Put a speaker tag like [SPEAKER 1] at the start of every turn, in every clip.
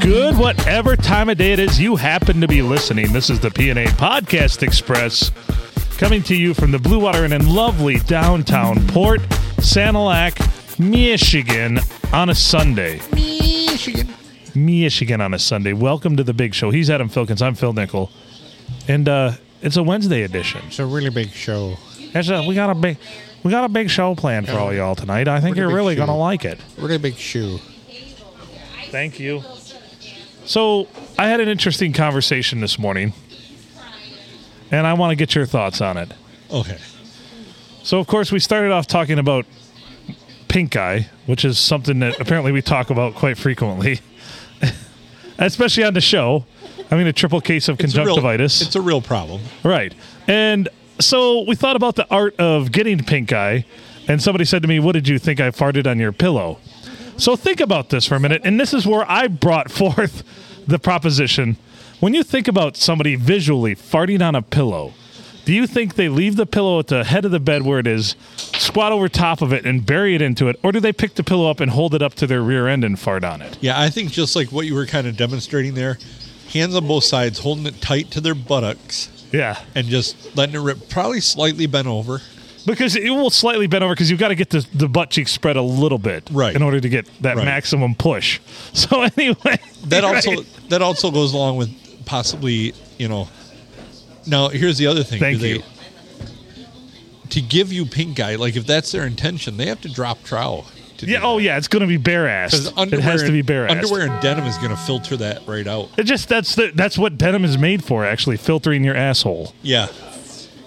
[SPEAKER 1] good whatever time of day it is you happen to be listening. This is the PNA Podcast Express coming to you from the Blue Water Inn in lovely downtown Port Sanilac, Michigan on a Sunday.
[SPEAKER 2] Michigan.
[SPEAKER 1] Michigan on a Sunday. Welcome to the big show. He's Adam Filkins. I'm Phil Nickel. And uh, it's a Wednesday edition.
[SPEAKER 2] It's a really big show.
[SPEAKER 1] It's a, we got a big we got a big show planned for all y'all tonight. I think
[SPEAKER 2] Pretty
[SPEAKER 1] you're
[SPEAKER 2] big
[SPEAKER 1] really
[SPEAKER 2] show.
[SPEAKER 1] gonna like it.
[SPEAKER 2] Really big shoe.
[SPEAKER 1] Thank you. So I had an interesting conversation this morning, and I want to get your thoughts on it.
[SPEAKER 2] Okay.
[SPEAKER 1] So, of course, we started off talking about pink eye, which is something that apparently we talk about quite frequently, especially on the show. I mean, a triple case of conjunctivitis.
[SPEAKER 2] It's a real problem.
[SPEAKER 1] Right. And so we thought about the art of getting pink eye, and somebody said to me, What did you think I farted on your pillow? So think about this for a minute, and this is where I brought forth the proposition. When you think about somebody visually farting on a pillow, do you think they leave the pillow at the head of the bed where it is, squat over top of it and bury it into it, or do they pick the pillow up and hold it up to their rear end and fart on it?
[SPEAKER 2] Yeah, I think just like what you were kind of demonstrating there, hands on both sides, holding it tight to their buttocks
[SPEAKER 1] Yeah.
[SPEAKER 2] and just letting it rip, probably slightly bent over.
[SPEAKER 1] Because it will slightly bend over because you've got to get the, the butt cheek spread a little bit
[SPEAKER 2] Right.
[SPEAKER 1] in order to get that
[SPEAKER 2] Right.
[SPEAKER 1] maximum push. So anyway,
[SPEAKER 2] That
[SPEAKER 1] right.
[SPEAKER 2] also that also goes along with possibly, you know. Now, here's the other thing.
[SPEAKER 1] Thank
[SPEAKER 2] Do they-
[SPEAKER 1] you.
[SPEAKER 2] To give you pink eye, like if that's their intention, they have to drop trowel. To do
[SPEAKER 1] yeah, oh yeah, it's going to be bare ass.
[SPEAKER 2] Because
[SPEAKER 1] It has to be bare ass.
[SPEAKER 2] Underwear and denim is going to filter that right out.
[SPEAKER 1] It just that's the, that's what denim is made for. Actually, filtering your asshole.
[SPEAKER 2] Yeah,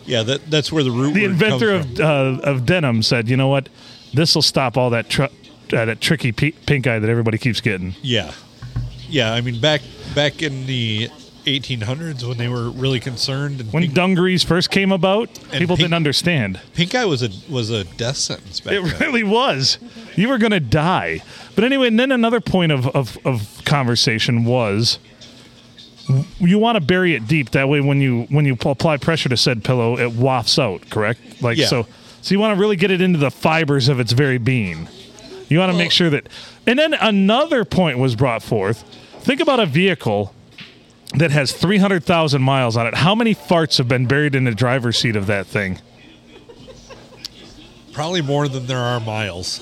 [SPEAKER 2] yeah. That that's where the root.
[SPEAKER 1] The
[SPEAKER 2] word
[SPEAKER 1] inventor
[SPEAKER 2] comes
[SPEAKER 1] of uh, of denim said, you know what, this will stop all that tr- uh, that tricky p- pink eye that everybody keeps getting.
[SPEAKER 2] from. yeah, yeah. I mean, back back in the 1800s when they were really concerned, and
[SPEAKER 1] When
[SPEAKER 2] pink,
[SPEAKER 1] dungarees first came about, people
[SPEAKER 2] pink-
[SPEAKER 1] didn't understand.
[SPEAKER 2] pink eye was a was a death sentence back
[SPEAKER 1] It
[SPEAKER 2] then.
[SPEAKER 1] really was. You were going to die. But anyway, and then another point of, of, of conversation was w- you want to bury it deep. That way, when you when you p- apply pressure to said pillow, it wafts out. Correct? Like
[SPEAKER 2] Yeah.
[SPEAKER 1] so. So you want to really get it into the fibers of its very being. You want to make sure that. And then another point was brought forth. Think about a vehicle that has 300,000 miles on it. How many farts have been buried in the driver's seat of that thing?
[SPEAKER 2] Probably more than there are miles.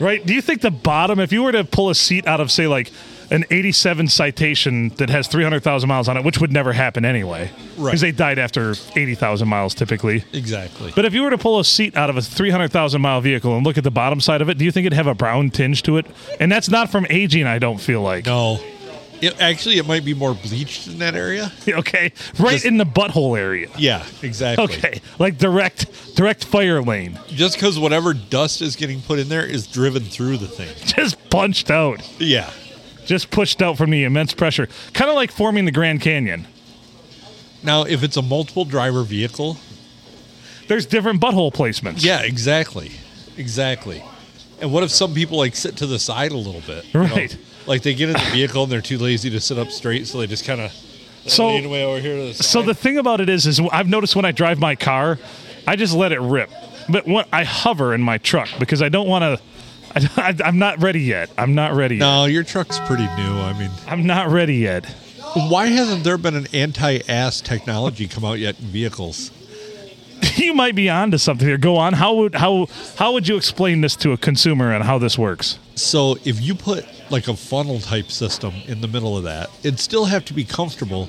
[SPEAKER 1] Right? Do you think the bottom, if you were to pull a seat out of, say, like an 87 citation that has 300,000 miles on it, which would never happen anyway,
[SPEAKER 2] Right.
[SPEAKER 1] Because they died after 80,000 miles typically.
[SPEAKER 2] Exactly.
[SPEAKER 1] But if you were to pull a seat out of a 300,000 mile vehicle and look at the bottom side of it, do you think it'd have a brown tinge to it? And that's not from aging, I don't feel like.
[SPEAKER 2] no, it, actually, it might be more bleached in that area.
[SPEAKER 1] Okay. Right
[SPEAKER 2] Just-
[SPEAKER 1] in the butthole area.
[SPEAKER 2] Yeah, exactly.
[SPEAKER 1] Okay. Like direct, direct fire lane.
[SPEAKER 2] Just because whatever dust is getting put in there is driven through the thing.
[SPEAKER 1] Just punched out.
[SPEAKER 2] Yeah.
[SPEAKER 1] Just pushed out from the immense pressure. Kind of like forming the Grand Canyon.
[SPEAKER 2] Now, if it's a multiple driver vehicle,
[SPEAKER 1] There's different butthole placements.
[SPEAKER 2] Yeah, exactly. Exactly. And what if some people like sit to the side a little bit? you know?
[SPEAKER 1] Right.
[SPEAKER 2] Like they get in the vehicle and they're too lazy to sit up straight, so they just kind of
[SPEAKER 1] So-
[SPEAKER 2] lean way over here to the side.
[SPEAKER 1] So the thing about it is, is I've noticed when I drive my car, I just let it rip. But when I hover in my truck because I don't want to. I, am not ready yet. I'm not ready. Yet.
[SPEAKER 2] no, your truck's pretty new. I mean,
[SPEAKER 1] I'm not ready yet.
[SPEAKER 2] why hasn't there been an anti-ass technology come out yet in vehicles?
[SPEAKER 1] you might be onto something here. Go on. How would how how would you explain this to a consumer and how this works?
[SPEAKER 2] So if you put like a funnel type system in the middle of that, it'd still have to be comfortable.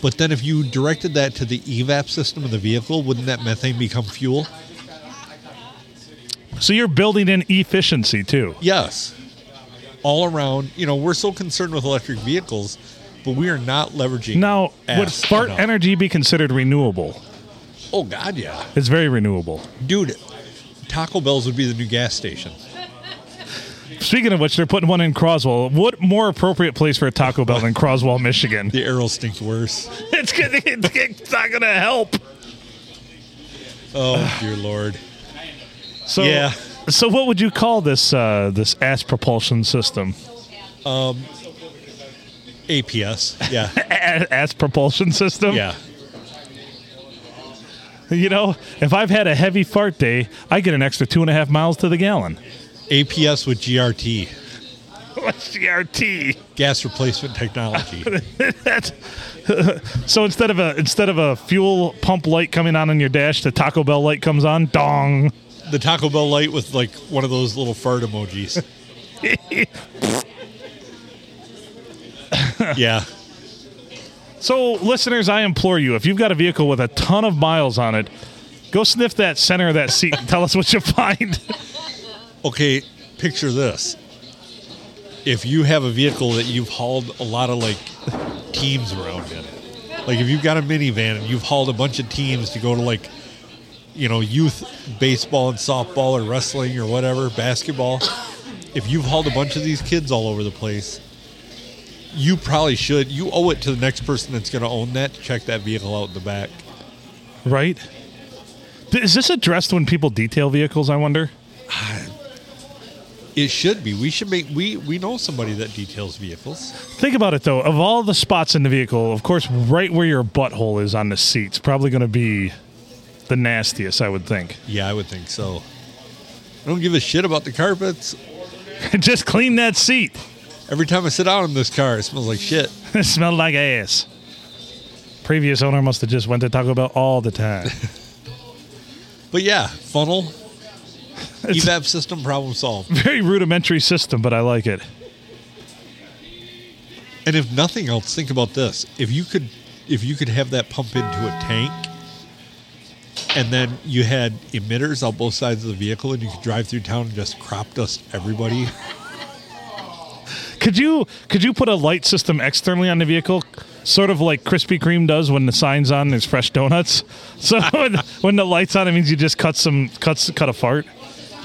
[SPEAKER 2] But then if you directed that to the evap system of the vehicle, wouldn't that methane become fuel?
[SPEAKER 1] So you're building in efficiency too.
[SPEAKER 2] Yes. All around, you know, we're so concerned with electric vehicles, but we are not leveraging.
[SPEAKER 1] Now, would
[SPEAKER 2] ass
[SPEAKER 1] fart
[SPEAKER 2] enough.
[SPEAKER 1] energy be considered renewable?
[SPEAKER 2] Oh God, yeah,
[SPEAKER 1] It's very renewable.
[SPEAKER 2] dude. Taco Bell's would be the new gas station.
[SPEAKER 1] Speaking of which, they're putting one in Croswell. What more appropriate place for a Taco Bell than Croswell, Michigan?
[SPEAKER 2] The arrow stinks worse.
[SPEAKER 1] It's, gonna, it's not going to help.
[SPEAKER 2] Oh dear Lord.
[SPEAKER 1] So
[SPEAKER 2] Yeah.
[SPEAKER 1] So what would you call this uh, this ass propulsion system?
[SPEAKER 2] APS. Yeah,
[SPEAKER 1] A- ass propulsion system.
[SPEAKER 2] yeah.
[SPEAKER 1] You know, if I've had a heavy fart day, I get an extra two and a half miles to the gallon.
[SPEAKER 2] APS with GRT.
[SPEAKER 1] What's CRT?
[SPEAKER 2] Gas replacement technology.
[SPEAKER 1] That's- so instead of a instead of a fuel pump light coming on in your dash, the Taco Bell light comes on. Dong.
[SPEAKER 2] the Taco Bell light with like one of those little fart emojis. yeah.
[SPEAKER 1] So listeners, I implore you, if you've got a vehicle with a ton of miles on it, go sniff that center of that seat and tell us what you find.
[SPEAKER 2] Okay, picture this. If you have a vehicle that you've hauled a lot of like teams around in, like if you've got a minivan and you've hauled a bunch of teams to go to like, you know, youth baseball and softball or wrestling or whatever, basketball, if you've hauled a bunch of these kids all over the place, you probably should. You owe it to the next person that's going to own that to check that vehicle out in the back.
[SPEAKER 1] right? Th- Is this addressed when people detail vehicles? I wonder.
[SPEAKER 2] It should be. We should make we we know somebody that details vehicles.
[SPEAKER 1] Think about it though. Of all the spots in the vehicle, of course, right where your butthole is on the seat's probably going to be the nastiest, I would think.
[SPEAKER 2] Yeah, I would think so. I don't give a shit about the carpets.
[SPEAKER 1] Just clean that seat.
[SPEAKER 2] Every time I sit down in this car, it smells like shit.
[SPEAKER 1] It smelled like ass. Previous owner must have just went to Taco Bell all the time.
[SPEAKER 2] But yeah, funnel, E evap system, problem solved.
[SPEAKER 1] Very rudimentary system, but I like it.
[SPEAKER 2] And if nothing else, think about this: if you could, if you could have that pump into a tank, and then you had emitters on both sides of the vehicle, and you could drive through town and just crop dust everybody.
[SPEAKER 1] Could you could you put a light system externally on the vehicle, sort of like Krispy Kreme does when the sign's on and there's fresh donuts? So when, when the light's on, it means you just cut some cuts cut a fart.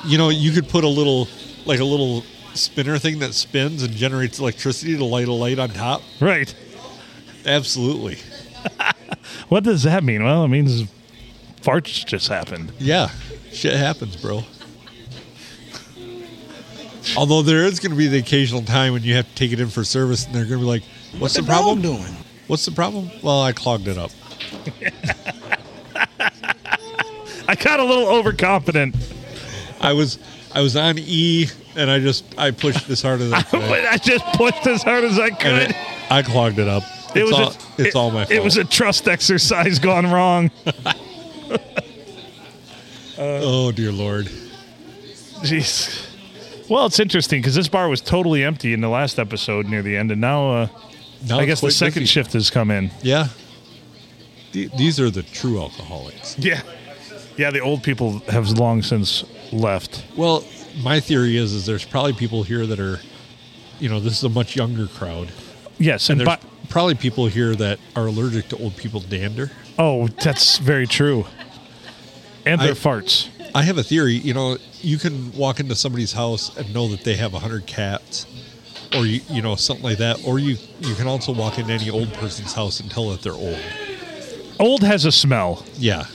[SPEAKER 2] you know, you could put a little, like a little spinner thing that spins and generates electricity to light a light on top.
[SPEAKER 1] Right.
[SPEAKER 2] Absolutely.
[SPEAKER 1] What does that mean? Well, it means farts just happened.
[SPEAKER 2] Yeah. Shit happens, bro. Although there is going to be the occasional time when you have to take it in for service and they're going to be like, what's the, problem?
[SPEAKER 3] doing?
[SPEAKER 2] What's the problem? Well, I clogged it up.
[SPEAKER 1] I got a little overconfident.
[SPEAKER 2] I was I was on E and I just I pushed this harder than I could.
[SPEAKER 1] I just pushed as hard as I could.
[SPEAKER 2] And it- I clogged it up.
[SPEAKER 1] It
[SPEAKER 2] it's
[SPEAKER 1] was
[SPEAKER 2] all,
[SPEAKER 1] a,
[SPEAKER 2] it's
[SPEAKER 1] it-
[SPEAKER 2] all my fault.
[SPEAKER 1] It was a trust exercise gone wrong.
[SPEAKER 2] oh dear lord.
[SPEAKER 1] Jeez. Well, it's interesting because this bar was totally empty in the last episode near the end, and now uh,
[SPEAKER 2] Now
[SPEAKER 1] I
[SPEAKER 2] Oh, it's
[SPEAKER 1] guess the
[SPEAKER 2] quite
[SPEAKER 1] second
[SPEAKER 2] busy.
[SPEAKER 1] shift has come in.
[SPEAKER 2] Yeah. The- These are the true alcoholics.
[SPEAKER 1] Yeah. Yeah, the old people have long since left.
[SPEAKER 2] Well, my theory is is there's probably people here that are, you know, this is a much younger crowd.
[SPEAKER 1] Yes, and
[SPEAKER 2] There's
[SPEAKER 1] but
[SPEAKER 2] probably people here that are allergic to old people dander.
[SPEAKER 1] oh, that's very true. And their
[SPEAKER 2] I-
[SPEAKER 1] farts.
[SPEAKER 2] I have a theory. You know, you can walk into somebody's house and know that they have hundred cats, or you you know something like that. Or you you can also walk into any old person's house and tell that they're old.
[SPEAKER 1] Old has a smell.
[SPEAKER 2] Yeah.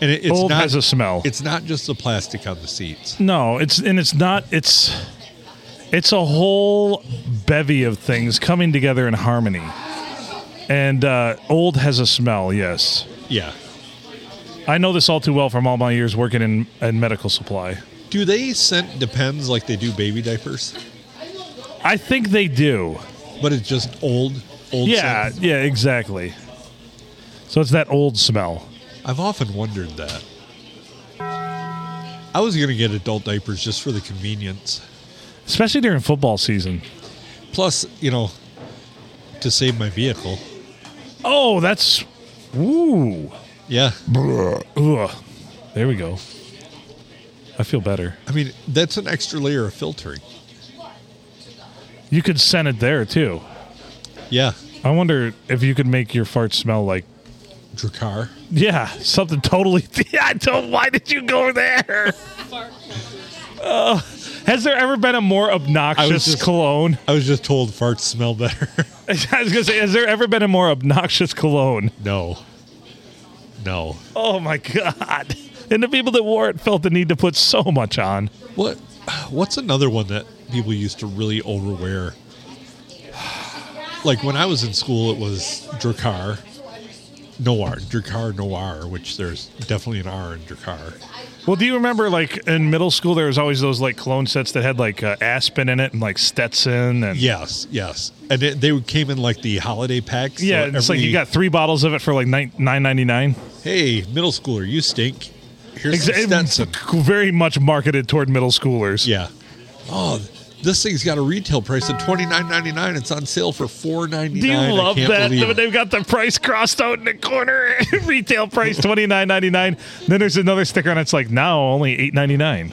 [SPEAKER 2] And it, it's
[SPEAKER 1] old
[SPEAKER 2] not
[SPEAKER 1] has a smell.
[SPEAKER 2] it's not just the plastic on the seats.
[SPEAKER 1] No, it's and it's not. It's it's a whole bevy of things coming together in harmony. And uh, old has a smell. Yes,
[SPEAKER 2] Yeah.
[SPEAKER 1] I know this all too well from all my years working in, in medical supply.
[SPEAKER 2] Do they scent depends like they do baby diapers?
[SPEAKER 1] I think they do.
[SPEAKER 2] But it's just old old
[SPEAKER 1] Yeah,
[SPEAKER 2] scent?
[SPEAKER 1] yeah, exactly. So it's that old smell.
[SPEAKER 2] I've often wondered that. I was going to get adult diapers just for the convenience.
[SPEAKER 1] especially during football season.
[SPEAKER 2] Plus, you know, to save my vehicle.
[SPEAKER 1] Oh, that's ooh.
[SPEAKER 2] Yeah.
[SPEAKER 1] Ugh. There we go. I feel better.
[SPEAKER 2] I mean, that's an extra layer of filtering.
[SPEAKER 1] You could scent it there too.
[SPEAKER 2] Yeah.
[SPEAKER 1] I wonder if you could make your fart smell like
[SPEAKER 2] Dracar.
[SPEAKER 1] yeah, something totally. Yeah, I don't. Why did you go there? Oh, has there ever been a more obnoxious
[SPEAKER 2] just-
[SPEAKER 1] cologne?
[SPEAKER 2] I was just told farts smell better.
[SPEAKER 1] I was gonna say, has there ever been a more obnoxious cologne?
[SPEAKER 2] no. No.
[SPEAKER 1] Oh my god! And the people that wore it felt the need to put so much on.
[SPEAKER 2] What what's another one that people used to really overwear? Like when I was in school it was Dracar. Noir, Dracar Noir, which there's definitely an R in Dracar.
[SPEAKER 1] Well, do you remember like in middle school there was always those like clone sets that had like uh, Aspen in it and like Stetson and
[SPEAKER 2] Yes, yes, and they, they came in like the holiday packs. so
[SPEAKER 1] yeah, it's like you
[SPEAKER 2] every-
[SPEAKER 1] got three bottles of it for like nine nine ninety nine.
[SPEAKER 2] Hey, middle schooler, you stink. Here's some Stetson.
[SPEAKER 1] Very much marketed toward middle schoolers.
[SPEAKER 2] Yeah. Oh, this thing's got a retail price of twenty nine ninety nine. It's on sale for four ninety
[SPEAKER 1] Do you
[SPEAKER 2] nine.
[SPEAKER 1] love
[SPEAKER 2] I can't
[SPEAKER 1] that?
[SPEAKER 2] Believe it.
[SPEAKER 1] They've got the price crossed out in the corner. Retail price twenty nine ninety nine. Then there's another sticker and it's like now only eight ninety nine.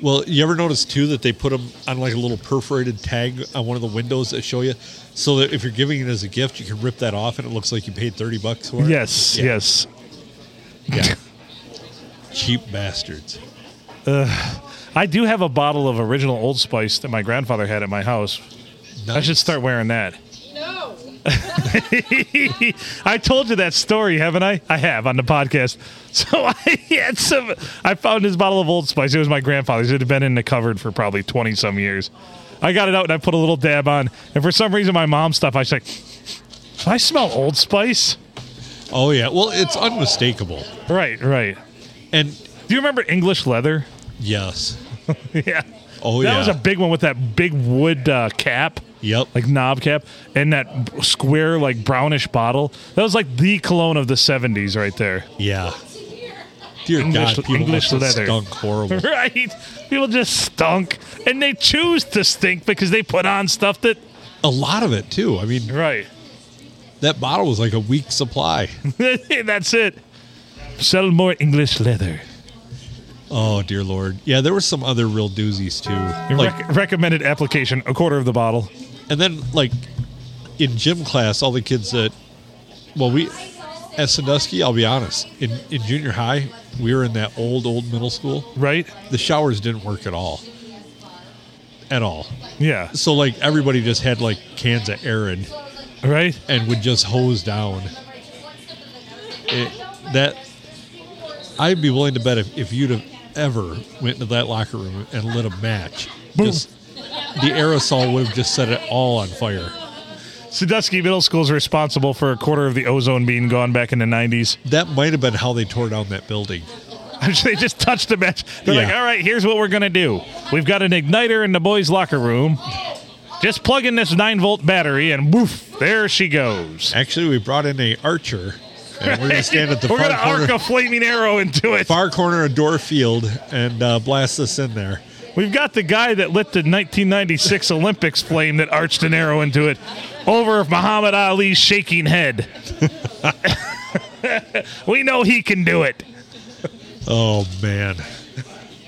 [SPEAKER 2] Well, you ever notice too that they put them on like a little perforated tag on one of the windows that show you, so that if you're giving it as a gift, you can rip that off and it looks like you paid thirty bucks for it.
[SPEAKER 1] Yes,
[SPEAKER 2] Yeah.
[SPEAKER 1] yes.
[SPEAKER 2] Yeah. Cheap bastards.
[SPEAKER 1] I do have a bottle of original Old Spice that my grandfather had at my house. I should
[SPEAKER 2] Nice.
[SPEAKER 1] start wearing that.
[SPEAKER 3] No.
[SPEAKER 1] I told you that story, haven't I? I have on the podcast. So I had some. I found this bottle of Old Spice. It was my grandfather's. It had been in the cupboard for probably twenty some years. I got it out and I put a little dab on. And for some reason, my mom stuff. I was like, "Do I smell Old Spice?"
[SPEAKER 2] Oh yeah. Well, it's unmistakable.
[SPEAKER 1] Right, right.
[SPEAKER 2] And
[SPEAKER 1] Do you remember English leather?
[SPEAKER 2] yes.
[SPEAKER 1] yeah.
[SPEAKER 2] Oh
[SPEAKER 1] that
[SPEAKER 2] yeah.
[SPEAKER 1] was a big one with that big wood uh, cap.
[SPEAKER 2] Yep.
[SPEAKER 1] like knob cap and that b- square like brownish bottle that was like the cologne of the 70s right there
[SPEAKER 2] yeah. Dear
[SPEAKER 1] English-
[SPEAKER 2] God, people
[SPEAKER 1] English
[SPEAKER 2] must have
[SPEAKER 1] leather.
[SPEAKER 2] stunk horrible.
[SPEAKER 1] right people just stunk and they choose to stink because they put on stuff that
[SPEAKER 2] a lot of it too. I mean,
[SPEAKER 1] right
[SPEAKER 2] that bottle was like a week supply.
[SPEAKER 1] that's it sell more english leather
[SPEAKER 2] oh dear Lord. Yeah, there were some other real doozies too. Like,
[SPEAKER 1] Rec- recommended application a quarter of the bottle
[SPEAKER 2] and then like in gym class, all the kids that, well, we at Sandusky, I'll be honest, in in junior high, we were in that old old middle school.
[SPEAKER 1] right
[SPEAKER 2] The showers didn't work at all. At all.
[SPEAKER 1] yeah
[SPEAKER 2] So like everybody just had like cans of Arid
[SPEAKER 1] right
[SPEAKER 2] and would just hose down. It, that I'd be willing to bet if, if you'd have ever went into that locker room and lit a match, just, the aerosol would have just set it all on fire.
[SPEAKER 1] sandusky middle school is responsible for a quarter of the ozone being gone back in the 90s
[SPEAKER 2] That might have been how they tore down that building.
[SPEAKER 1] they just touched the match. They're like,
[SPEAKER 2] Yeah.
[SPEAKER 1] all right, here's what we're going to do. We've got an igniter in the boys' locker room. Just plug in this 9 volt battery and woof, there she goes.
[SPEAKER 2] Actually, we brought in a archer, and we're gonna stand at the
[SPEAKER 1] We're
[SPEAKER 2] far
[SPEAKER 1] going to arc
[SPEAKER 2] corner,
[SPEAKER 1] a flaming arrow into it.
[SPEAKER 2] far corner of door field and uh, blast this in there.
[SPEAKER 1] We've got the guy that lit the 1996 Olympics flame that arched an arrow into it over Muhammad Ali's shaking head. we know he can do it.
[SPEAKER 2] Oh man,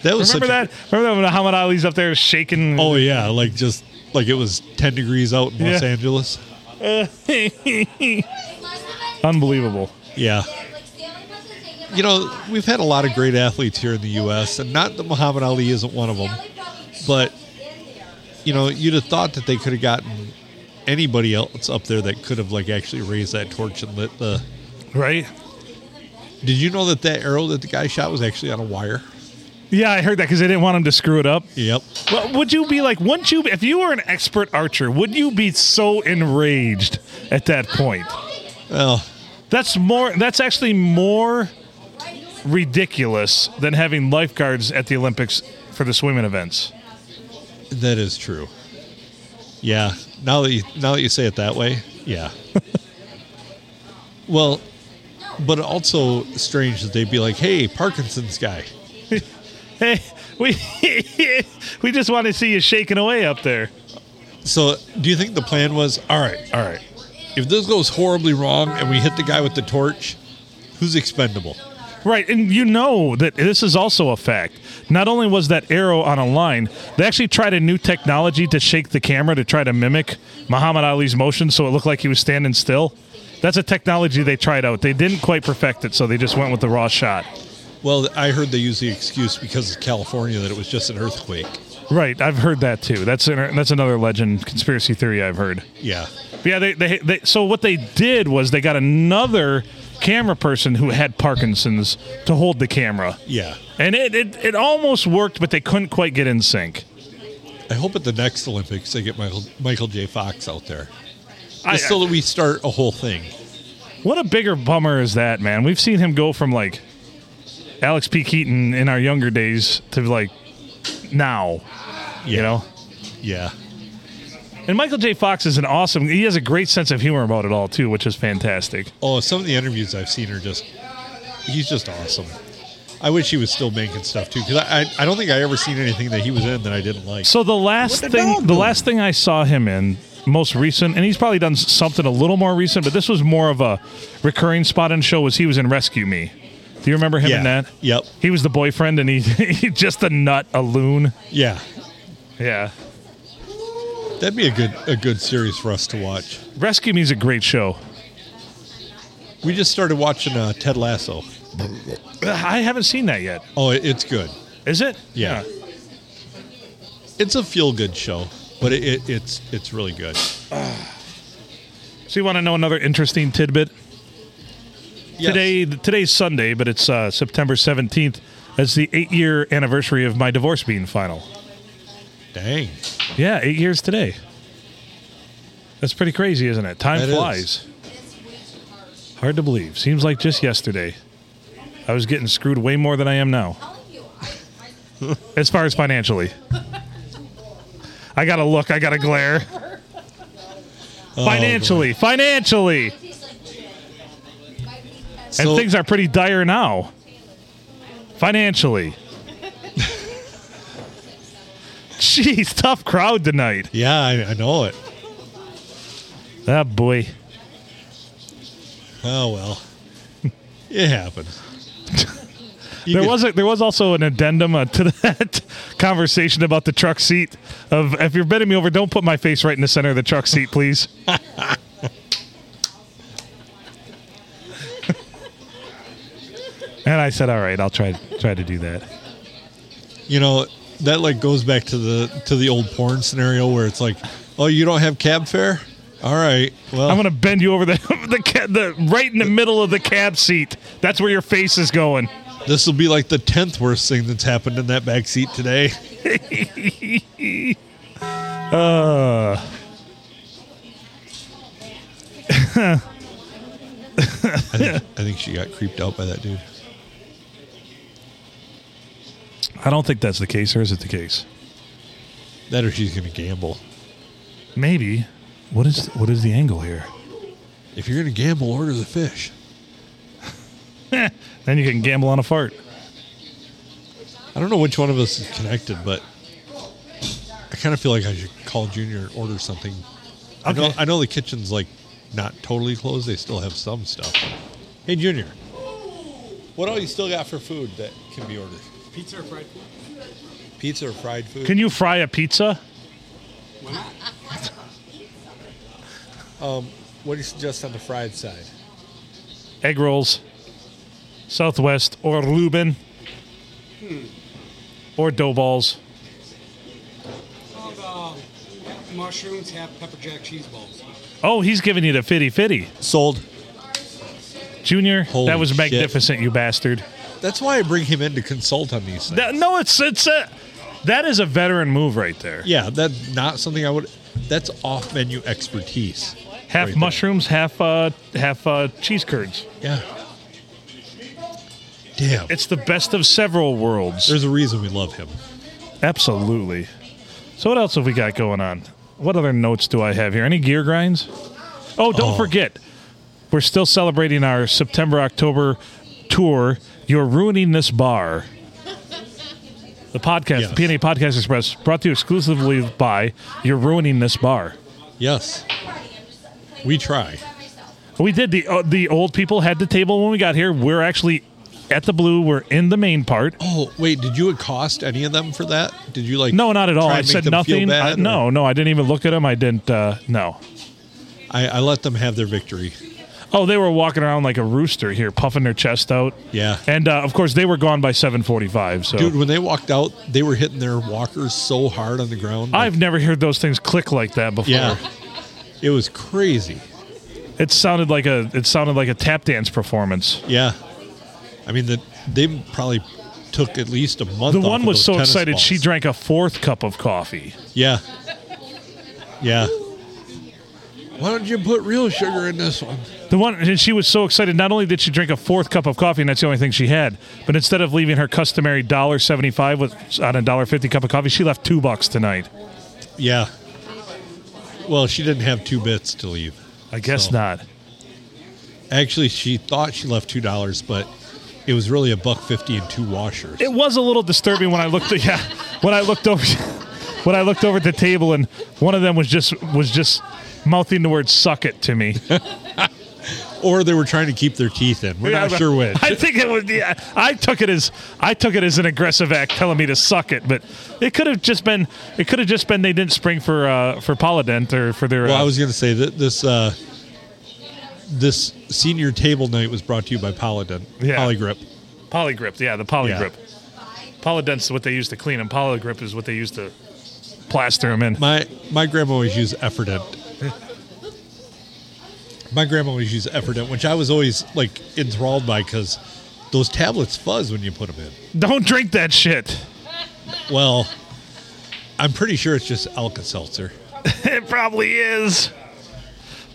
[SPEAKER 2] that
[SPEAKER 1] Remember
[SPEAKER 2] was such a-
[SPEAKER 1] that? Remember that when Muhammad Ali's up there shaking?
[SPEAKER 2] Oh yeah, like just like it was ten degrees out in Los
[SPEAKER 1] Yeah.
[SPEAKER 2] Angeles. Oh.
[SPEAKER 1] Unbelievable.
[SPEAKER 2] Yeah. You know, we've had a lot of great athletes here in the U.S., and not that Muhammad Ali isn't one of them, but you know, you'd have thought that they could have gotten anybody else up there that could have like actually raised that torch and lit the.
[SPEAKER 1] Right?
[SPEAKER 2] Did you know that that arrow that the guy shot was actually on a wire?
[SPEAKER 1] Yeah, I heard that because they didn't want him to screw it up.
[SPEAKER 2] Yep.
[SPEAKER 1] Well, would you be like, wouldn't you, if you were an expert archer, would you be so enraged at that point?
[SPEAKER 2] Well,
[SPEAKER 1] That's more, that's actually more ridiculous than having lifeguards at the Olympics for the swimming events.
[SPEAKER 2] that is true. Yeah. Now that you now that you say it that way, yeah. well, but also strange that they'd be like, "Hey, Parkinson's guy."
[SPEAKER 1] Hey, we, we just want to see you shaking away up there.
[SPEAKER 2] So, do you think the plan was all right? All right. If this goes horribly wrong and we hit the guy with the torch, who's expendable?
[SPEAKER 1] Right, and you know that this is also a fact. Not only was that arrow on a line, they actually tried a new technology to shake the camera to try to mimic Muhammad Ali's motion so it looked like he was standing still. That's a technology they tried out. They didn't quite perfect it, so they just went with the raw shot.
[SPEAKER 2] Well, I heard they use the excuse because of California that it was just an earthquake.
[SPEAKER 1] Right, I've heard that too. That's an, that's another legend conspiracy theory I've heard.
[SPEAKER 2] Yeah.
[SPEAKER 1] But yeah, they, they, they so what they did was they got another camera person who had Parkinson's to hold the camera.
[SPEAKER 2] Yeah.
[SPEAKER 1] And it, it, it almost worked, but they couldn't quite get in sync.
[SPEAKER 2] I hope at the next Olympics they get Michael, Michael J. Fox out there.
[SPEAKER 1] I-
[SPEAKER 2] Just so that we start a whole thing.
[SPEAKER 1] What a bigger bummer is that, man? We've seen him go from like Alex P. Keaton in our younger days to like now, you know?
[SPEAKER 2] Yeah.
[SPEAKER 1] And Michael J. Fox is an awesome, he has a great sense of humor about it all, too, which is fantastic.
[SPEAKER 2] Oh, some of the interviews I've seen are just, he's just awesome. I wish he was still making stuff too, because I, I, I don't think I ever seen anything that he was in that I didn't like.
[SPEAKER 1] So the last
[SPEAKER 3] What the
[SPEAKER 1] thing,
[SPEAKER 3] dog
[SPEAKER 1] the
[SPEAKER 3] do?
[SPEAKER 1] last thing I saw him in, most recent, and he's probably done s- something a little more recent, but this was more of a recurring spot on show. Was he was in Rescue Me? Do you remember him in
[SPEAKER 2] Yeah.
[SPEAKER 1] that?
[SPEAKER 2] Yep.
[SPEAKER 1] He was the boyfriend, and he, he just a nut, a loon.
[SPEAKER 2] Yeah.
[SPEAKER 1] Yeah,
[SPEAKER 2] That'd be a good a good series for us to watch.
[SPEAKER 1] Rescue Me's a great show.
[SPEAKER 2] We just started watching uh, Ted Lasso.
[SPEAKER 1] I haven't seen that yet.
[SPEAKER 2] Oh, it, it's good.
[SPEAKER 1] Is it?
[SPEAKER 2] Yeah. It's a feel good show, but it, it, it's it's really good.
[SPEAKER 1] So you want to know another interesting tidbit?
[SPEAKER 2] Yes.
[SPEAKER 1] Today, today's Sunday, but it's uh, September seventeenth. That's the eight-year anniversary of my divorce being final.
[SPEAKER 2] Dang.
[SPEAKER 1] Yeah, eight years today. That's pretty crazy, isn't it? Time
[SPEAKER 2] That is.
[SPEAKER 1] flies. Hard to believe. Seems like just yesterday. I was getting screwed way more than I am now. as far as financially. I got a look, I got a glare.
[SPEAKER 2] Oh,
[SPEAKER 1] financially, financially. and
[SPEAKER 2] So,
[SPEAKER 1] things are pretty dire now. Financially. Jeez, tough crowd tonight.
[SPEAKER 2] yeah, I, I know it.
[SPEAKER 1] Ah, boy.
[SPEAKER 2] Oh well, it happens. You
[SPEAKER 1] There
[SPEAKER 2] could-
[SPEAKER 1] was a, there was also an addendum uh, to that conversation about the truck seat of if you're bending me over, don't put my face right in the center of the truck seat, please. and I said, "All right, I'll try try to do that."
[SPEAKER 2] you know that like goes back to the to the old porn scenario where it's like, oh, you don't have cab fare. All right, well,
[SPEAKER 1] I'm gonna bend you over the the, ca- the right in the middle of the cab seat. That's where your face is going.
[SPEAKER 2] this will be like the tenth worst thing that's happened in that back seat today.
[SPEAKER 1] Uh.
[SPEAKER 2] I think, I think she got creeped out by that dude.
[SPEAKER 1] I don't think that's the case, or is it the case?
[SPEAKER 2] That or she's gonna gamble.
[SPEAKER 1] Maybe. What is what is the angle here?
[SPEAKER 2] If you're gonna gamble, order the fish.
[SPEAKER 1] Then you can gamble on a fart.
[SPEAKER 2] I don't know which one of us is connected, but I kind of feel like I should call Junior and order something. I know
[SPEAKER 1] Okay.
[SPEAKER 2] I know the kitchen's like not totally closed; they still have some stuff. Hey, Junior, what all you still got for food that can be ordered?
[SPEAKER 4] Pizza or fried food?
[SPEAKER 2] Pizza or fried food?
[SPEAKER 1] Can you fry a pizza?
[SPEAKER 4] Why not?
[SPEAKER 2] what do you suggest on the fried side?
[SPEAKER 1] Egg rolls, Southwest or Lubin,
[SPEAKER 2] Hmm.
[SPEAKER 1] or dough balls.
[SPEAKER 4] How about mushrooms, half pepper jack cheese balls?
[SPEAKER 1] Oh, he's giving you the fitty fitty,
[SPEAKER 2] Sold.
[SPEAKER 1] Junior.
[SPEAKER 2] Holy
[SPEAKER 1] that was
[SPEAKER 2] shit.
[SPEAKER 1] magnificent, you bastard.
[SPEAKER 2] That's why I bring him in to consult on these things.
[SPEAKER 1] That- no, it's it's a that is a veteran move right there.
[SPEAKER 2] yeah, that's not something I would. That's off menu expertise.
[SPEAKER 1] half
[SPEAKER 2] right
[SPEAKER 1] mushrooms, half uh half uh cheese curds.
[SPEAKER 2] Yeah. Damn.
[SPEAKER 1] It's the best of several worlds.
[SPEAKER 2] There's a reason we love him.
[SPEAKER 1] Absolutely. So what else have we got going on? What other notes do I have here? Any gear grinds? Oh, don't
[SPEAKER 2] Oh.
[SPEAKER 1] forget, we're still celebrating our September October tour. You're ruining this bar. The podcast,
[SPEAKER 2] Yes.
[SPEAKER 1] the PNA Podcast Express, brought to you exclusively by You're Ruining This Bar.
[SPEAKER 2] Yes. We try.
[SPEAKER 1] We did the uh, the old people had the table when we got here. We're actually at the blue. We're in the main part.
[SPEAKER 2] Oh, wait, did you accost any of them for that? Did you like
[SPEAKER 1] No, not at all.
[SPEAKER 2] try
[SPEAKER 1] I
[SPEAKER 2] and make
[SPEAKER 1] said
[SPEAKER 2] them feel
[SPEAKER 1] nothing. I-
[SPEAKER 2] bad, or-
[SPEAKER 1] no, no, I didn't even look at them. I didn't. Uh, no,
[SPEAKER 2] I, I let them have their victory.
[SPEAKER 1] Oh, they were walking around like a rooster here, puffing their chest out.
[SPEAKER 2] Yeah.
[SPEAKER 1] And uh, of course, they were gone by 7:45. So
[SPEAKER 2] Dude, when they walked out, they were hitting their walkers so hard on the ground. like-
[SPEAKER 1] I've never heard those things click like that before.
[SPEAKER 2] yeah. It was crazy.
[SPEAKER 1] It sounded like a it sounded like a tap dance performance.
[SPEAKER 2] Yeah. I mean, the, they probably took at least a month.
[SPEAKER 1] The
[SPEAKER 2] off
[SPEAKER 1] one
[SPEAKER 2] of
[SPEAKER 1] was
[SPEAKER 2] those
[SPEAKER 1] so
[SPEAKER 2] tennis
[SPEAKER 1] excited she
[SPEAKER 2] balls.
[SPEAKER 1] drank a fourth cup of coffee.
[SPEAKER 2] Yeah. Yeah. Why don't you put real sugar in this one?
[SPEAKER 1] The one, and she was so excited. Not only did she drink a fourth cup of coffee, and that's the only thing she had, but instead of leaving her customary dollar seventy-five with on a dollar fifty cup of coffee, she left two bucks tonight.
[SPEAKER 2] Yeah. Well, she didn't have two bits to leave.
[SPEAKER 1] I guess
[SPEAKER 2] So-
[SPEAKER 1] not.
[SPEAKER 2] Actually, she thought she left two dollars, but it was really a buck fifty and two washers.
[SPEAKER 1] It was a little disturbing when I looked. At, yeah, when I looked over, when I looked over at the table, and one of them was just was just mouthing the word "suck it" to me.
[SPEAKER 2] Or they were trying to keep their teeth in. We're not sure which.
[SPEAKER 1] I think it was. Yeah, I took it as I took it as an aggressive act, telling me to suck it. But it could have just been. It could have just been they didn't spring for uh, for Polydent or for their.
[SPEAKER 2] Well,
[SPEAKER 1] uh,
[SPEAKER 2] I was going to say that this uh, this senior table night was brought to you by Paladin
[SPEAKER 1] Yeah.
[SPEAKER 2] Polygrip.
[SPEAKER 1] Polygrip, yeah, the polygrip. Polydent's what they use to clean them. Polygrip is what they use to plaster them in.
[SPEAKER 2] My my grandma always used Effordent. my grandma always used Effordent, which I was always like enthralled by because those tablets fuzz when you put them in.
[SPEAKER 1] Don't drink that shit.
[SPEAKER 2] Well, I'm pretty sure it's just Alka Seltzer.
[SPEAKER 1] It probably is.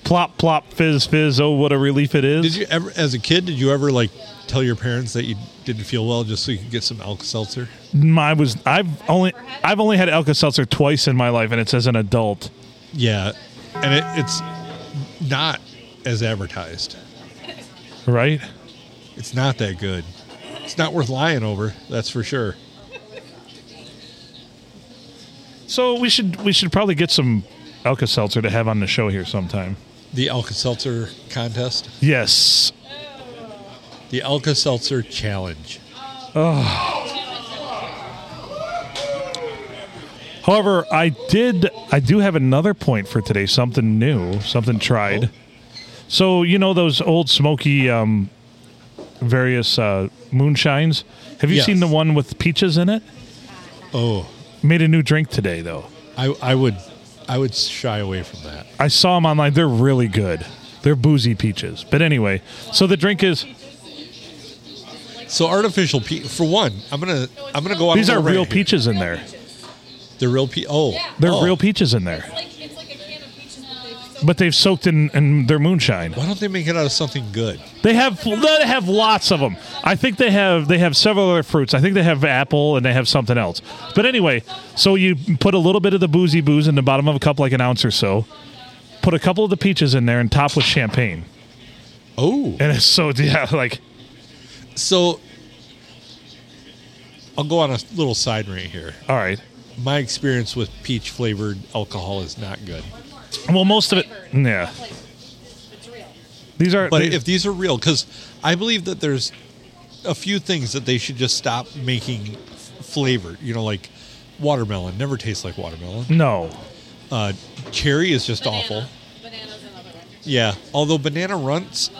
[SPEAKER 1] Plop, plop, fizz, fizz. Oh, what a relief it is.
[SPEAKER 2] Did you ever, as a kid, did you ever like tell your parents that you didn't feel well just so you could get some Alka Seltzer?
[SPEAKER 1] Mm, I was. I've only. I've only had Alka Seltzer twice in my life, and it's as an adult.
[SPEAKER 2] Yeah, and it, it's not as advertised.
[SPEAKER 1] Right.
[SPEAKER 2] It's not that good. It's not worth lying over. That's for sure.
[SPEAKER 1] So we should. We should probably get some Alka Seltzer to have on the show here sometime.
[SPEAKER 2] The Alka Seltzer contest,
[SPEAKER 1] Yes.
[SPEAKER 2] the Alka Seltzer challenge.
[SPEAKER 1] However, I did. I do have another point for today. Something new. Something tried. So you know those old smoky, um, various uh, moonshines. Have you
[SPEAKER 2] Yes.
[SPEAKER 1] seen the one with peaches in it?
[SPEAKER 2] Oh,
[SPEAKER 1] Made a new drink today though.
[SPEAKER 2] I, I would, I would shy away from that.
[SPEAKER 1] I saw them online. They're really good. They're boozy peaches. But anyway, so the drink is
[SPEAKER 2] So artificial pe- for one, I'm gonna, I'm gonna go on. a
[SPEAKER 1] these are
[SPEAKER 2] little
[SPEAKER 1] real
[SPEAKER 2] rant here.
[SPEAKER 1] peaches in there.
[SPEAKER 2] They're real pe. Oh,
[SPEAKER 1] They're
[SPEAKER 2] oh.
[SPEAKER 1] real peaches in there.
[SPEAKER 3] Like it's like a can of peaches, but they've soaked
[SPEAKER 1] But they've soaked in, in their moonshine.
[SPEAKER 2] Why don't they make it out of something good?
[SPEAKER 1] They have they have lots of them. I think they have they have several other fruits. I think they have apple and they have something else. But anyway, so you put a little bit of the boozy booze in the bottom of a cup, like an ounce or so. Put a couple of the peaches in there and top with champagne.
[SPEAKER 2] Oh,
[SPEAKER 1] And it's so yeah, like
[SPEAKER 2] So I'll go on a little side rant here.
[SPEAKER 1] all right.
[SPEAKER 2] My experience with peach flavored alcohol is not good.
[SPEAKER 1] Well, most of it yeah.
[SPEAKER 3] flavor. It's real.
[SPEAKER 1] These are
[SPEAKER 2] But
[SPEAKER 1] they-
[SPEAKER 2] if these are real, because I believe that there's a few things that they should just stop making f- flavored. You know, like watermelon never tastes like watermelon.
[SPEAKER 1] no.
[SPEAKER 2] Uh, cherry is just awful.
[SPEAKER 3] Bananas another one.
[SPEAKER 2] Yeah, although banana runts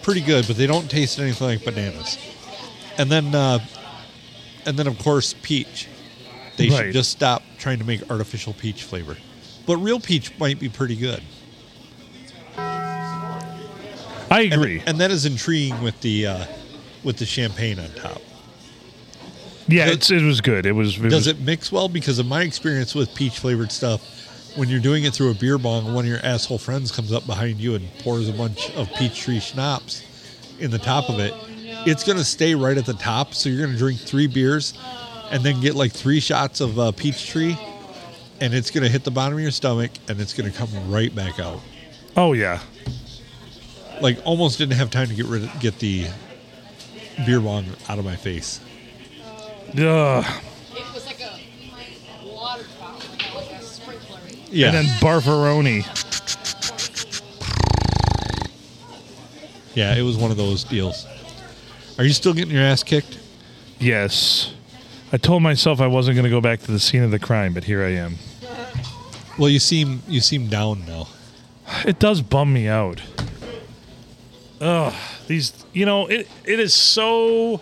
[SPEAKER 2] pretty good, but they don't taste anything like bananas. And then, uh, and then of course peach. They
[SPEAKER 1] Right.
[SPEAKER 2] should just stop trying to make artificial peach flavor, but real peach might be pretty good.
[SPEAKER 1] I
[SPEAKER 2] And,
[SPEAKER 1] agree.
[SPEAKER 2] and that is intriguing with the uh, with the champagne on top.
[SPEAKER 1] yeah,
[SPEAKER 2] does-
[SPEAKER 1] it's, it was good. It was. It
[SPEAKER 2] Does
[SPEAKER 1] was-
[SPEAKER 2] it mix well? Because of my experience with peach flavored stuff, when you're doing it through a beer bong, one of your asshole friends comes up behind you and pours a bunch of peach tree schnapps in the top of it. It's going to stay right at the top, so you're going to drink three beers and then get like three shots of uh, peach tree, and it's going to hit the bottom of your stomach and it's going to come right back out.
[SPEAKER 1] Oh yeah.
[SPEAKER 2] Like almost didn't have time to get rid of, get the beer bong out of my face.
[SPEAKER 1] Ugh.
[SPEAKER 3] It was like a water fountain, like a sprinkler.
[SPEAKER 2] Yeah.
[SPEAKER 1] And then barfaroni.
[SPEAKER 2] Yeah, it was one of those deals. Are you still getting your ass kicked?
[SPEAKER 1] Yes. I told myself I wasn't going to go back to the scene of the crime, but here I am.
[SPEAKER 2] Well, you seem you seem down now.
[SPEAKER 1] It does bum me out. Ugh. These, you know, it it is so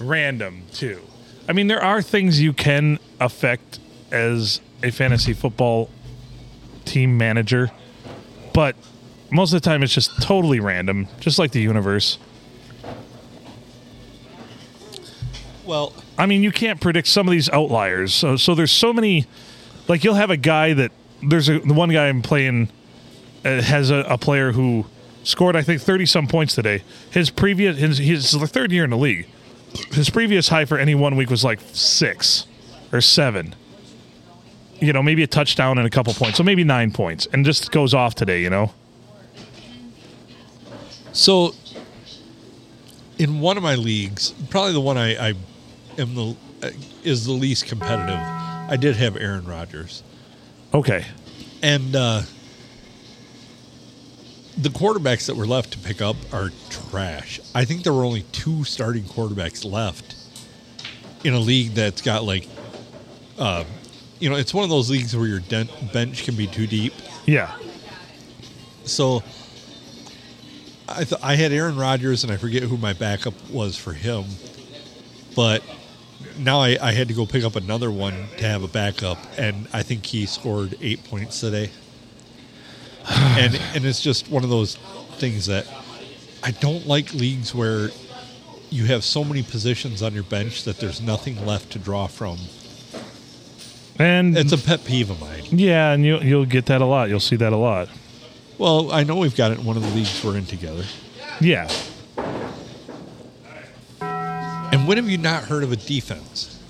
[SPEAKER 1] random too. I mean, there are things you can affect as a fantasy football team manager, but most of the time it's just totally random, just like the universe.
[SPEAKER 2] Well,
[SPEAKER 1] I mean, you can't predict some of these outliers. So, so there's so many. Like you'll have a guy that there's a the one guy I'm playing uh, has a, a player who scored I think thirty some points today. His previous his, his third year in the league. His previous high for any one week was like six or seven. You know, maybe a touchdown and a couple points, so maybe nine points, and just goes off today. You know,
[SPEAKER 2] So, in one of my leagues, probably the one I, I am the uh, is the least competitive. I did have Aaron Rodgers,
[SPEAKER 1] okay,
[SPEAKER 2] and uh, the quarterbacks that were left to pick up are trash. I think there were only two starting quarterbacks left in a league that's got like, uh, you know, it's one of those leagues where your den- bench can be too deep.
[SPEAKER 1] yeah,
[SPEAKER 2] So I th- I had Aaron Rodgers, and I forget who my backup was for him, but now I, I had to go pick up another one to have a backup, and I think he scored eight points today. and and it's just one of those things that I don't like leagues where you have so many positions on your bench that there's nothing left to draw from.
[SPEAKER 1] and
[SPEAKER 2] It's a pet peeve of mine.
[SPEAKER 1] yeah, and you you'll get that a lot. You'll see that a lot.
[SPEAKER 2] Well, I know we've got it in one of the leagues we're in together.
[SPEAKER 1] Yeah,
[SPEAKER 2] And when have you not heard of a defense?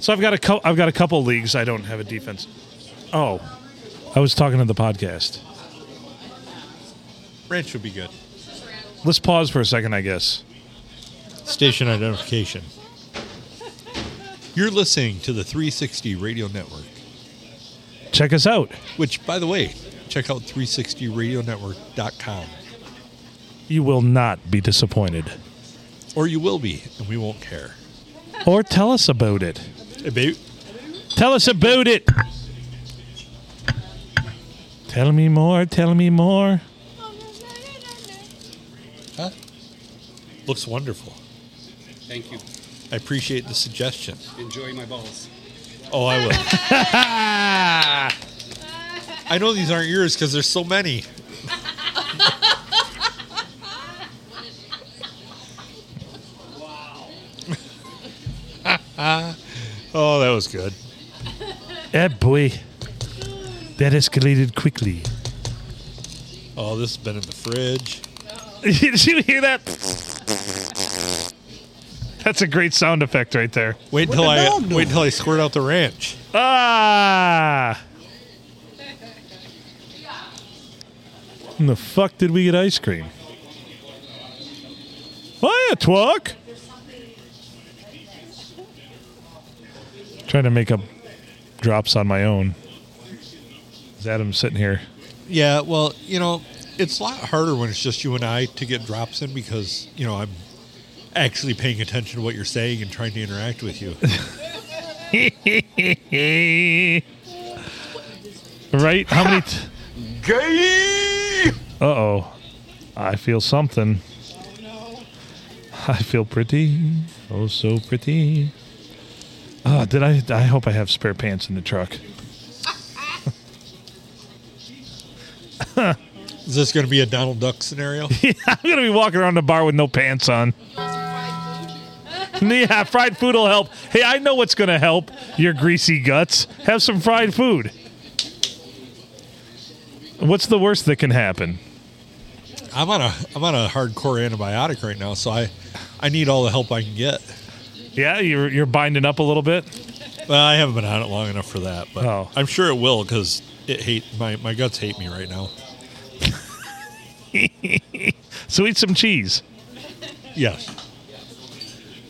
[SPEAKER 1] So I've got a cou- I've got a couple leagues I don't have a defense. Oh, I was talking to the podcast.
[SPEAKER 2] Ranch would be good.
[SPEAKER 1] Let's pause for a second, I guess.
[SPEAKER 2] Station identification. You're listening to the 360 Radio Network,
[SPEAKER 1] Check us out.
[SPEAKER 2] which, by the way, check out 360radionetwork.com.
[SPEAKER 1] You will not be disappointed.
[SPEAKER 2] Or you will be, and we won't care.
[SPEAKER 1] Or tell us about it.
[SPEAKER 2] Hey, babe.
[SPEAKER 1] Tell us about it. Tell me more. Tell me more.
[SPEAKER 2] Huh? Looks wonderful.
[SPEAKER 4] Thank you.
[SPEAKER 2] I appreciate the suggestion.
[SPEAKER 4] Enjoy my balls.
[SPEAKER 2] Oh, I will.
[SPEAKER 1] Ah.
[SPEAKER 2] I know these aren't yours because there's so many. oh, that was good.
[SPEAKER 1] Eh boy, that escalated quickly.
[SPEAKER 2] Oh, this has been in the fridge.
[SPEAKER 1] Did you hear that? That's a great sound effect right there.
[SPEAKER 2] Wait until
[SPEAKER 5] What the
[SPEAKER 2] I
[SPEAKER 5] dog doing?
[SPEAKER 2] wait until I squirt out the ranch.
[SPEAKER 1] Ah! And the fuck did we get ice cream? Oh, Hiya, twuck! Trying to make up drops on my own. Is Adam sitting here?
[SPEAKER 2] Yeah, well, you know, it's a lot harder when it's just you and I to get drops in because you know I'm actually paying attention to what you're saying and trying to interact with you.
[SPEAKER 1] right? How many? T- uh oh, I feel something. I feel pretty. Oh, so pretty. Ah, did I? I hope I have spare pants in the truck.
[SPEAKER 2] Is this going to be a Donald Duck scenario?
[SPEAKER 1] I'm gonna be walking around the bar with no pants on. Yeah, fried food will help. Hey, I know what's gonna help your greasy guts. Have some fried food. What's the worst that can happen?
[SPEAKER 2] I'm on a I'm on a hardcore antibiotic right now, so I I need all the help I can get.
[SPEAKER 1] Yeah, you're you're binding up a little bit.
[SPEAKER 2] Well, I haven't been on it long enough for that, but
[SPEAKER 1] Oh.
[SPEAKER 2] I'm sure it will because it hate my my guts hate me right now.
[SPEAKER 1] So eat some cheese.
[SPEAKER 2] Yes.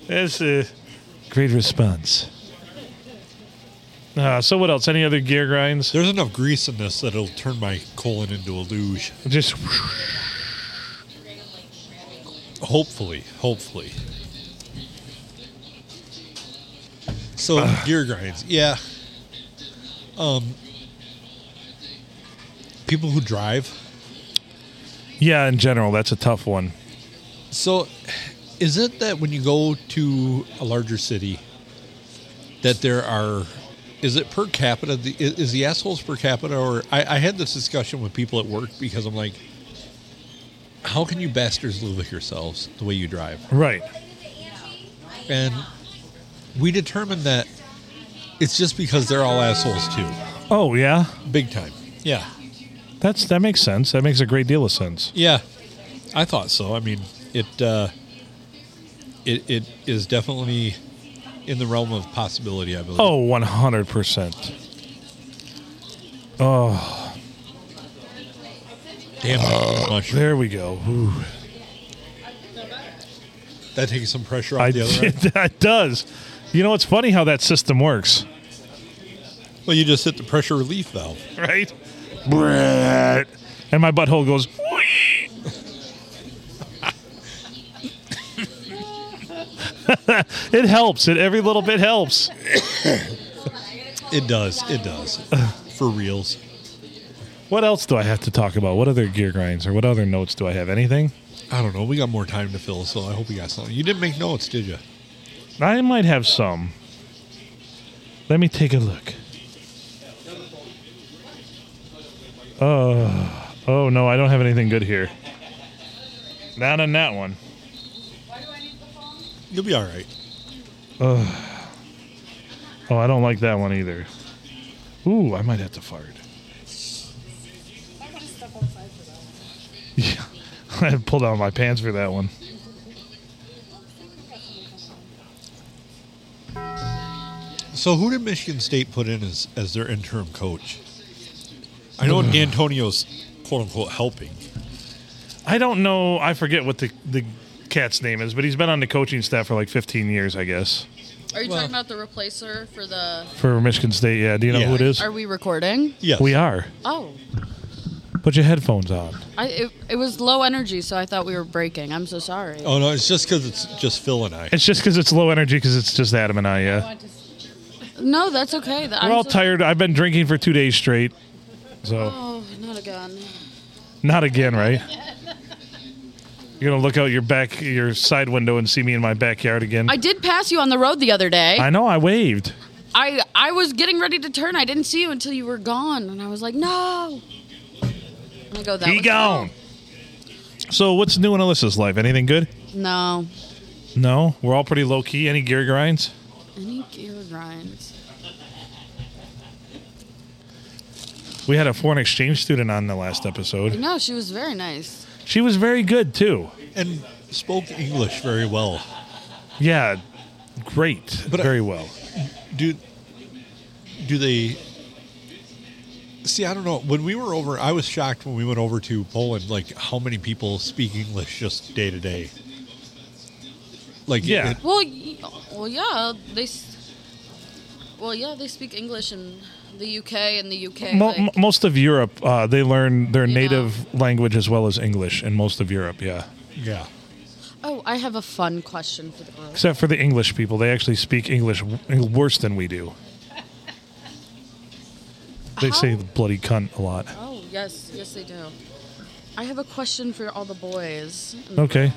[SPEAKER 1] That's a great response. Uh, so what else? Any other gear grinds?
[SPEAKER 2] There's enough grease in this that it'll turn my colon into a luge.
[SPEAKER 1] Just
[SPEAKER 2] Hopefully, hopefully. So gear grinds, yeah. Um, people who drive.
[SPEAKER 1] yeah. In general, that's a tough one.
[SPEAKER 2] So, is it that when you go to a larger city, that there are, is it per capita? The, is is the assholes per capita? Or I, I had this discussion with people at work because I'm like, how can you bastards live with yourselves the way you drive?
[SPEAKER 1] Right.
[SPEAKER 2] And we determined that It's just because they're all assholes too,
[SPEAKER 1] Oh yeah,
[SPEAKER 2] big time. Yeah,
[SPEAKER 1] that's that makes sense. That makes a great deal of sense.
[SPEAKER 2] yeah. I thought so. I mean, it uh, it it is definitely in the realm of possibility. I believe.
[SPEAKER 1] Oh, one hundred percent.
[SPEAKER 2] damn it, mushroom.
[SPEAKER 1] Oh. There we go. Ooh.
[SPEAKER 2] That takes some pressure off
[SPEAKER 1] I,
[SPEAKER 2] the other end.
[SPEAKER 1] that does. You know, it's funny how that system works,
[SPEAKER 2] Well, you just hit the pressure relief valve.
[SPEAKER 1] right? Brrrt. And my butthole goes. it helps. It every little bit helps.
[SPEAKER 2] It does. It does. For reals.
[SPEAKER 1] What else do I have to talk about? What other gear grinds or what other notes do I have? Anything?
[SPEAKER 2] I don't know. We got more time to fill, so I hope we got something. You didn't make notes, did you?
[SPEAKER 1] I might have some. Let me take a look. Oh, oh no, I don't have anything good here. Not on that one.
[SPEAKER 2] You'll be all right.
[SPEAKER 1] Oh, I don't like that one either. Ooh, I might have to fart.
[SPEAKER 3] I want to step outside for that.
[SPEAKER 1] Yeah, I had pulled out my pants for that one.
[SPEAKER 2] So, who did Michigan State put in as, as their interim coach? I
[SPEAKER 1] Hmm.
[SPEAKER 2] know D'Antonio's quote unquote helping.
[SPEAKER 1] I don't know. I forget what the the cat's name is, but he's been on the coaching staff for like 15 years, I guess.
[SPEAKER 5] Are you
[SPEAKER 2] Well-
[SPEAKER 5] talking about the replacer for the?
[SPEAKER 1] For Michigan State, yeah. Do you know
[SPEAKER 2] Yeah.
[SPEAKER 1] who it is?
[SPEAKER 5] Are we recording?
[SPEAKER 2] Yes.
[SPEAKER 1] We are.
[SPEAKER 5] Oh,
[SPEAKER 1] Put your headphones on.
[SPEAKER 5] I it, it was low energy, so I thought we were breaking. I'm so sorry.
[SPEAKER 2] Oh, no, it's just because it's just Phil and I.
[SPEAKER 1] It's just because it's low energy because it's just Adam and I, yeah.
[SPEAKER 5] Oh, No, that's okay. Th- I'm
[SPEAKER 1] We're all
[SPEAKER 5] so-
[SPEAKER 1] tired. I've been drinking for two days straight. So,
[SPEAKER 5] Oh, not again.
[SPEAKER 1] not again, right? You're going to look out your back, your side window and see me in my backyard again.
[SPEAKER 5] I did pass you on the road the other day.
[SPEAKER 1] I know, I waved.
[SPEAKER 5] I I was getting ready to turn. I didn't see you until you were gone, and I was like, no. And I go that
[SPEAKER 1] Be
[SPEAKER 5] was
[SPEAKER 1] gone. So, what's new in Alyssa's life? Anything good?
[SPEAKER 5] No,
[SPEAKER 1] No? We're all pretty low key. Any gear grinds?
[SPEAKER 5] any gear grinds.
[SPEAKER 1] We had a foreign exchange student on the last episode.
[SPEAKER 5] No, she was very nice.
[SPEAKER 1] She was very good, too.
[SPEAKER 2] And spoke English very well.
[SPEAKER 1] Yeah, great.
[SPEAKER 2] But uh, I-
[SPEAKER 1] very well.
[SPEAKER 2] Do, do they. See, I don't know. When we were over, I was shocked when we went over to Poland, like how many people speak English just day to day. Like,
[SPEAKER 1] Yeah.
[SPEAKER 2] it-
[SPEAKER 5] Well, y- well, yeah, they. s- Well, yeah, they speak English in the UK and the UK.
[SPEAKER 1] Mo-
[SPEAKER 5] like-
[SPEAKER 1] m- most of Europe, uh, they learn their
[SPEAKER 5] know.
[SPEAKER 1] native language as well as English in most of Europe, yeah.
[SPEAKER 2] yeah.
[SPEAKER 5] oh, I have a fun question for the girls.
[SPEAKER 1] Except for the English people, they actually speak English w- worse than we do. They say
[SPEAKER 5] How-
[SPEAKER 1] the bloody cunt a lot.
[SPEAKER 5] Oh yes, yes they do. I have a question for all the boys.
[SPEAKER 1] Okay.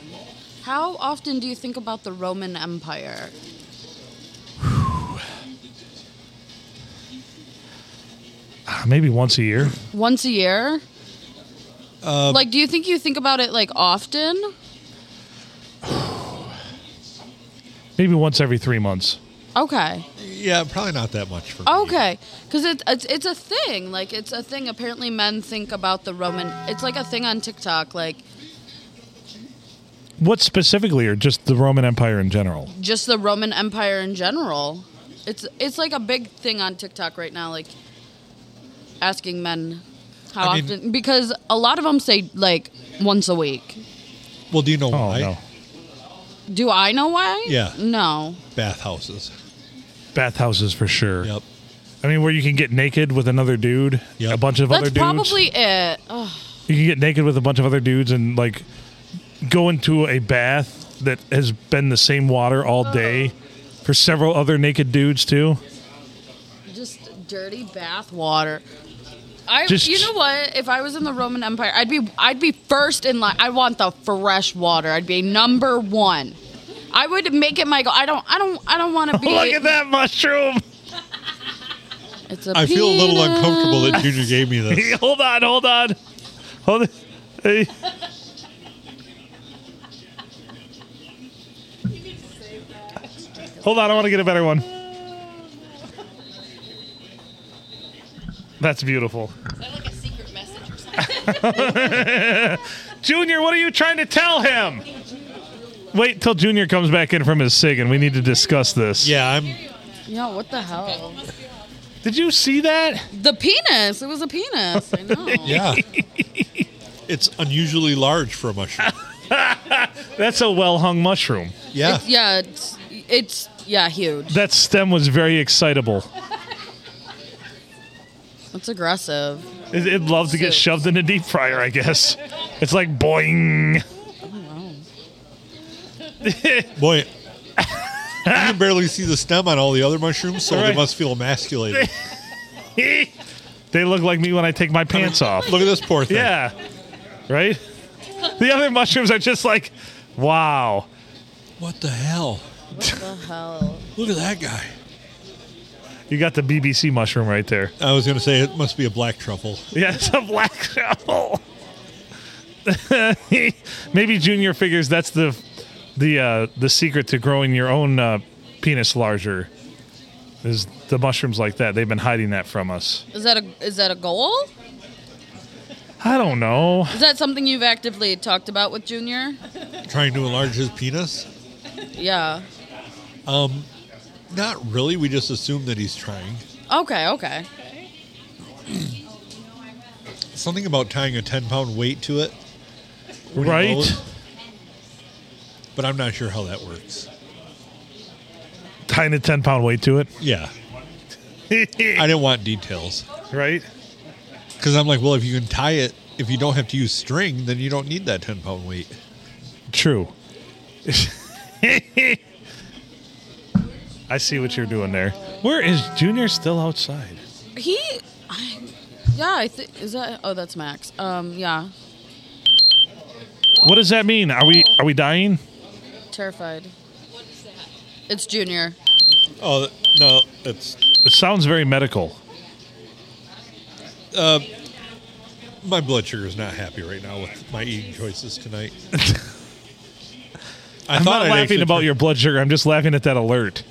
[SPEAKER 5] How often do you think about the Roman Empire?
[SPEAKER 1] Uh, Maybe once a year.
[SPEAKER 5] Once a year? like, do you think you think about it like often?
[SPEAKER 1] Maybe once every three months.
[SPEAKER 5] Okay.
[SPEAKER 2] Yeah, probably not that much for me.
[SPEAKER 5] Okay, because it's it's it's a thing. Like it's a thing. Apparently, men think about the Roman. It's like a thing on TikTok. Like
[SPEAKER 1] What specifically, or just the Roman Empire in general?
[SPEAKER 5] just the Roman Empire in general. It's it's like a big thing on TikTok right now. Like asking men how
[SPEAKER 2] I mean-
[SPEAKER 5] often because a lot of them say like once a week.
[SPEAKER 2] Well, do you know
[SPEAKER 1] Oh,
[SPEAKER 2] why?
[SPEAKER 1] no.
[SPEAKER 5] Do I know why?
[SPEAKER 2] Yeah.
[SPEAKER 5] No.
[SPEAKER 2] Bathhouses.
[SPEAKER 1] Bathhouses for sure.
[SPEAKER 2] Yep.
[SPEAKER 1] I mean, where you can get naked with another dude,
[SPEAKER 2] Yep.
[SPEAKER 1] a bunch of
[SPEAKER 5] That's
[SPEAKER 1] other dudes.
[SPEAKER 5] probably it. Ugh.
[SPEAKER 1] you can get naked with a bunch of other dudes and like go into a bath that has been the same water all day for several other naked dudes too.
[SPEAKER 5] Just dirty bath water. I,
[SPEAKER 1] Just-
[SPEAKER 5] you know what? If I was in the Roman Empire, I'd be I'd be first in line. I want the fresh water. I'd be number one. I would make it my goal. I don't I don't I don't
[SPEAKER 2] Oh,
[SPEAKER 5] want to be.
[SPEAKER 1] Look at that mushroom.
[SPEAKER 5] It's a
[SPEAKER 2] I feel a little
[SPEAKER 5] peanut.
[SPEAKER 2] uncomfortable that Junior gave me this.
[SPEAKER 1] hold on, hold on. Hold on. Hey. Oh, Hold on, I want to get a better one. That's beautiful.
[SPEAKER 3] Is that like a secret message or something?
[SPEAKER 1] Junior, what are you trying to tell him? Wait till Junior comes back in from his sig, and we need to discuss this.
[SPEAKER 2] Yeah, I'm.
[SPEAKER 5] Yo, what the hell?
[SPEAKER 1] Did you see that?
[SPEAKER 5] The penis. It was a penis. I know.
[SPEAKER 2] Yeah. it's unusually large for a mushroom.
[SPEAKER 1] That's a well-hung mushroom.
[SPEAKER 2] Yeah.
[SPEAKER 5] Yeah, it's, it's yeah, huge.
[SPEAKER 1] That stem was very excitable.
[SPEAKER 5] That's aggressive.
[SPEAKER 1] It, it loves to get shoved in a deep fryer, I guess. It's like boing.
[SPEAKER 2] Boy, you can barely see the stem on all the other mushrooms, so
[SPEAKER 1] Right.
[SPEAKER 2] they must feel emasculated.
[SPEAKER 1] they look like me when I take my pants off.
[SPEAKER 2] Look at this poor thing.
[SPEAKER 1] Yeah. Right? The other mushrooms are just like, wow.
[SPEAKER 2] What the hell?
[SPEAKER 5] The hell.
[SPEAKER 2] Look at that guy.
[SPEAKER 1] You got the BBC mushroom right there.
[SPEAKER 2] I was going to say it must be a black truffle.
[SPEAKER 1] Yeah, it's a black hole. Maybe Junior figures that's the the uh, the secret to growing your own uh, penis larger. Is the mushrooms like that? They've been hiding that from us.
[SPEAKER 5] Is that a is that a goal?
[SPEAKER 1] I don't know.
[SPEAKER 5] Is that something you've actively talked about with Junior?
[SPEAKER 2] Trying to enlarge his penis?
[SPEAKER 5] Yeah.
[SPEAKER 2] Not really. We just assume that he's trying.
[SPEAKER 5] Okay, okay.
[SPEAKER 2] Something about tying a 10 pound weight to it. when you
[SPEAKER 1] Right?
[SPEAKER 2] blow it. But I'm not sure how that works.
[SPEAKER 1] Tying a 10 pound weight to
[SPEAKER 2] Yeah.
[SPEAKER 1] it.
[SPEAKER 2] I didn't want details.
[SPEAKER 1] right?
[SPEAKER 2] Because I'm like, well, if you can tie it, if you don't have to use string, then you don't need that 10 pound weight.
[SPEAKER 1] True. I see what you're doing there. Where is Junior still outside?
[SPEAKER 5] He I, Yeah, I think is that Oh, that's Max. Um, yeah.
[SPEAKER 1] What does that mean? Are we are we dying?
[SPEAKER 5] Terrified. It's Junior.
[SPEAKER 2] Oh, no. That's
[SPEAKER 1] It sounds very medical.
[SPEAKER 2] my blood sugar is not happy right now with my eating choices tonight. I
[SPEAKER 1] I'm not
[SPEAKER 2] I'd
[SPEAKER 1] laughing
[SPEAKER 2] actually
[SPEAKER 1] about
[SPEAKER 2] try-
[SPEAKER 1] your blood sugar. I'm just laughing at that alert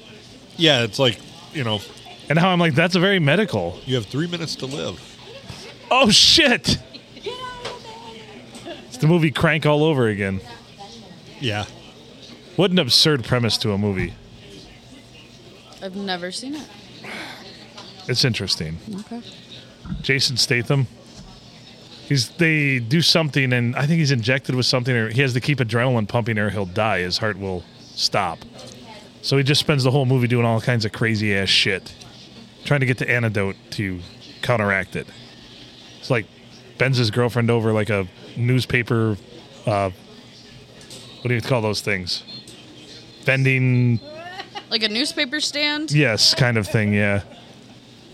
[SPEAKER 2] Yeah, it's like, you know,
[SPEAKER 1] and how I'm like, that's a very medical.
[SPEAKER 2] you have three minutes to live.
[SPEAKER 1] Oh shit! It's the movie Crank all over again.
[SPEAKER 2] Yeah.
[SPEAKER 1] What an absurd premise to a movie.
[SPEAKER 5] I've never seen it.
[SPEAKER 1] It's interesting.
[SPEAKER 5] Okay.
[SPEAKER 1] Jason Statham. He's they do something and I think he's injected with something or he has to keep adrenaline pumping or he'll die. His heart will stop. So he just spends the whole movie doing all kinds of crazy ass shit. Trying to get the antidote to counteract it. It's like bends his girlfriend over like a newspaper uh what do you call those things? Bending
[SPEAKER 5] Like a newspaper stand?
[SPEAKER 1] yes kind of thing, yeah.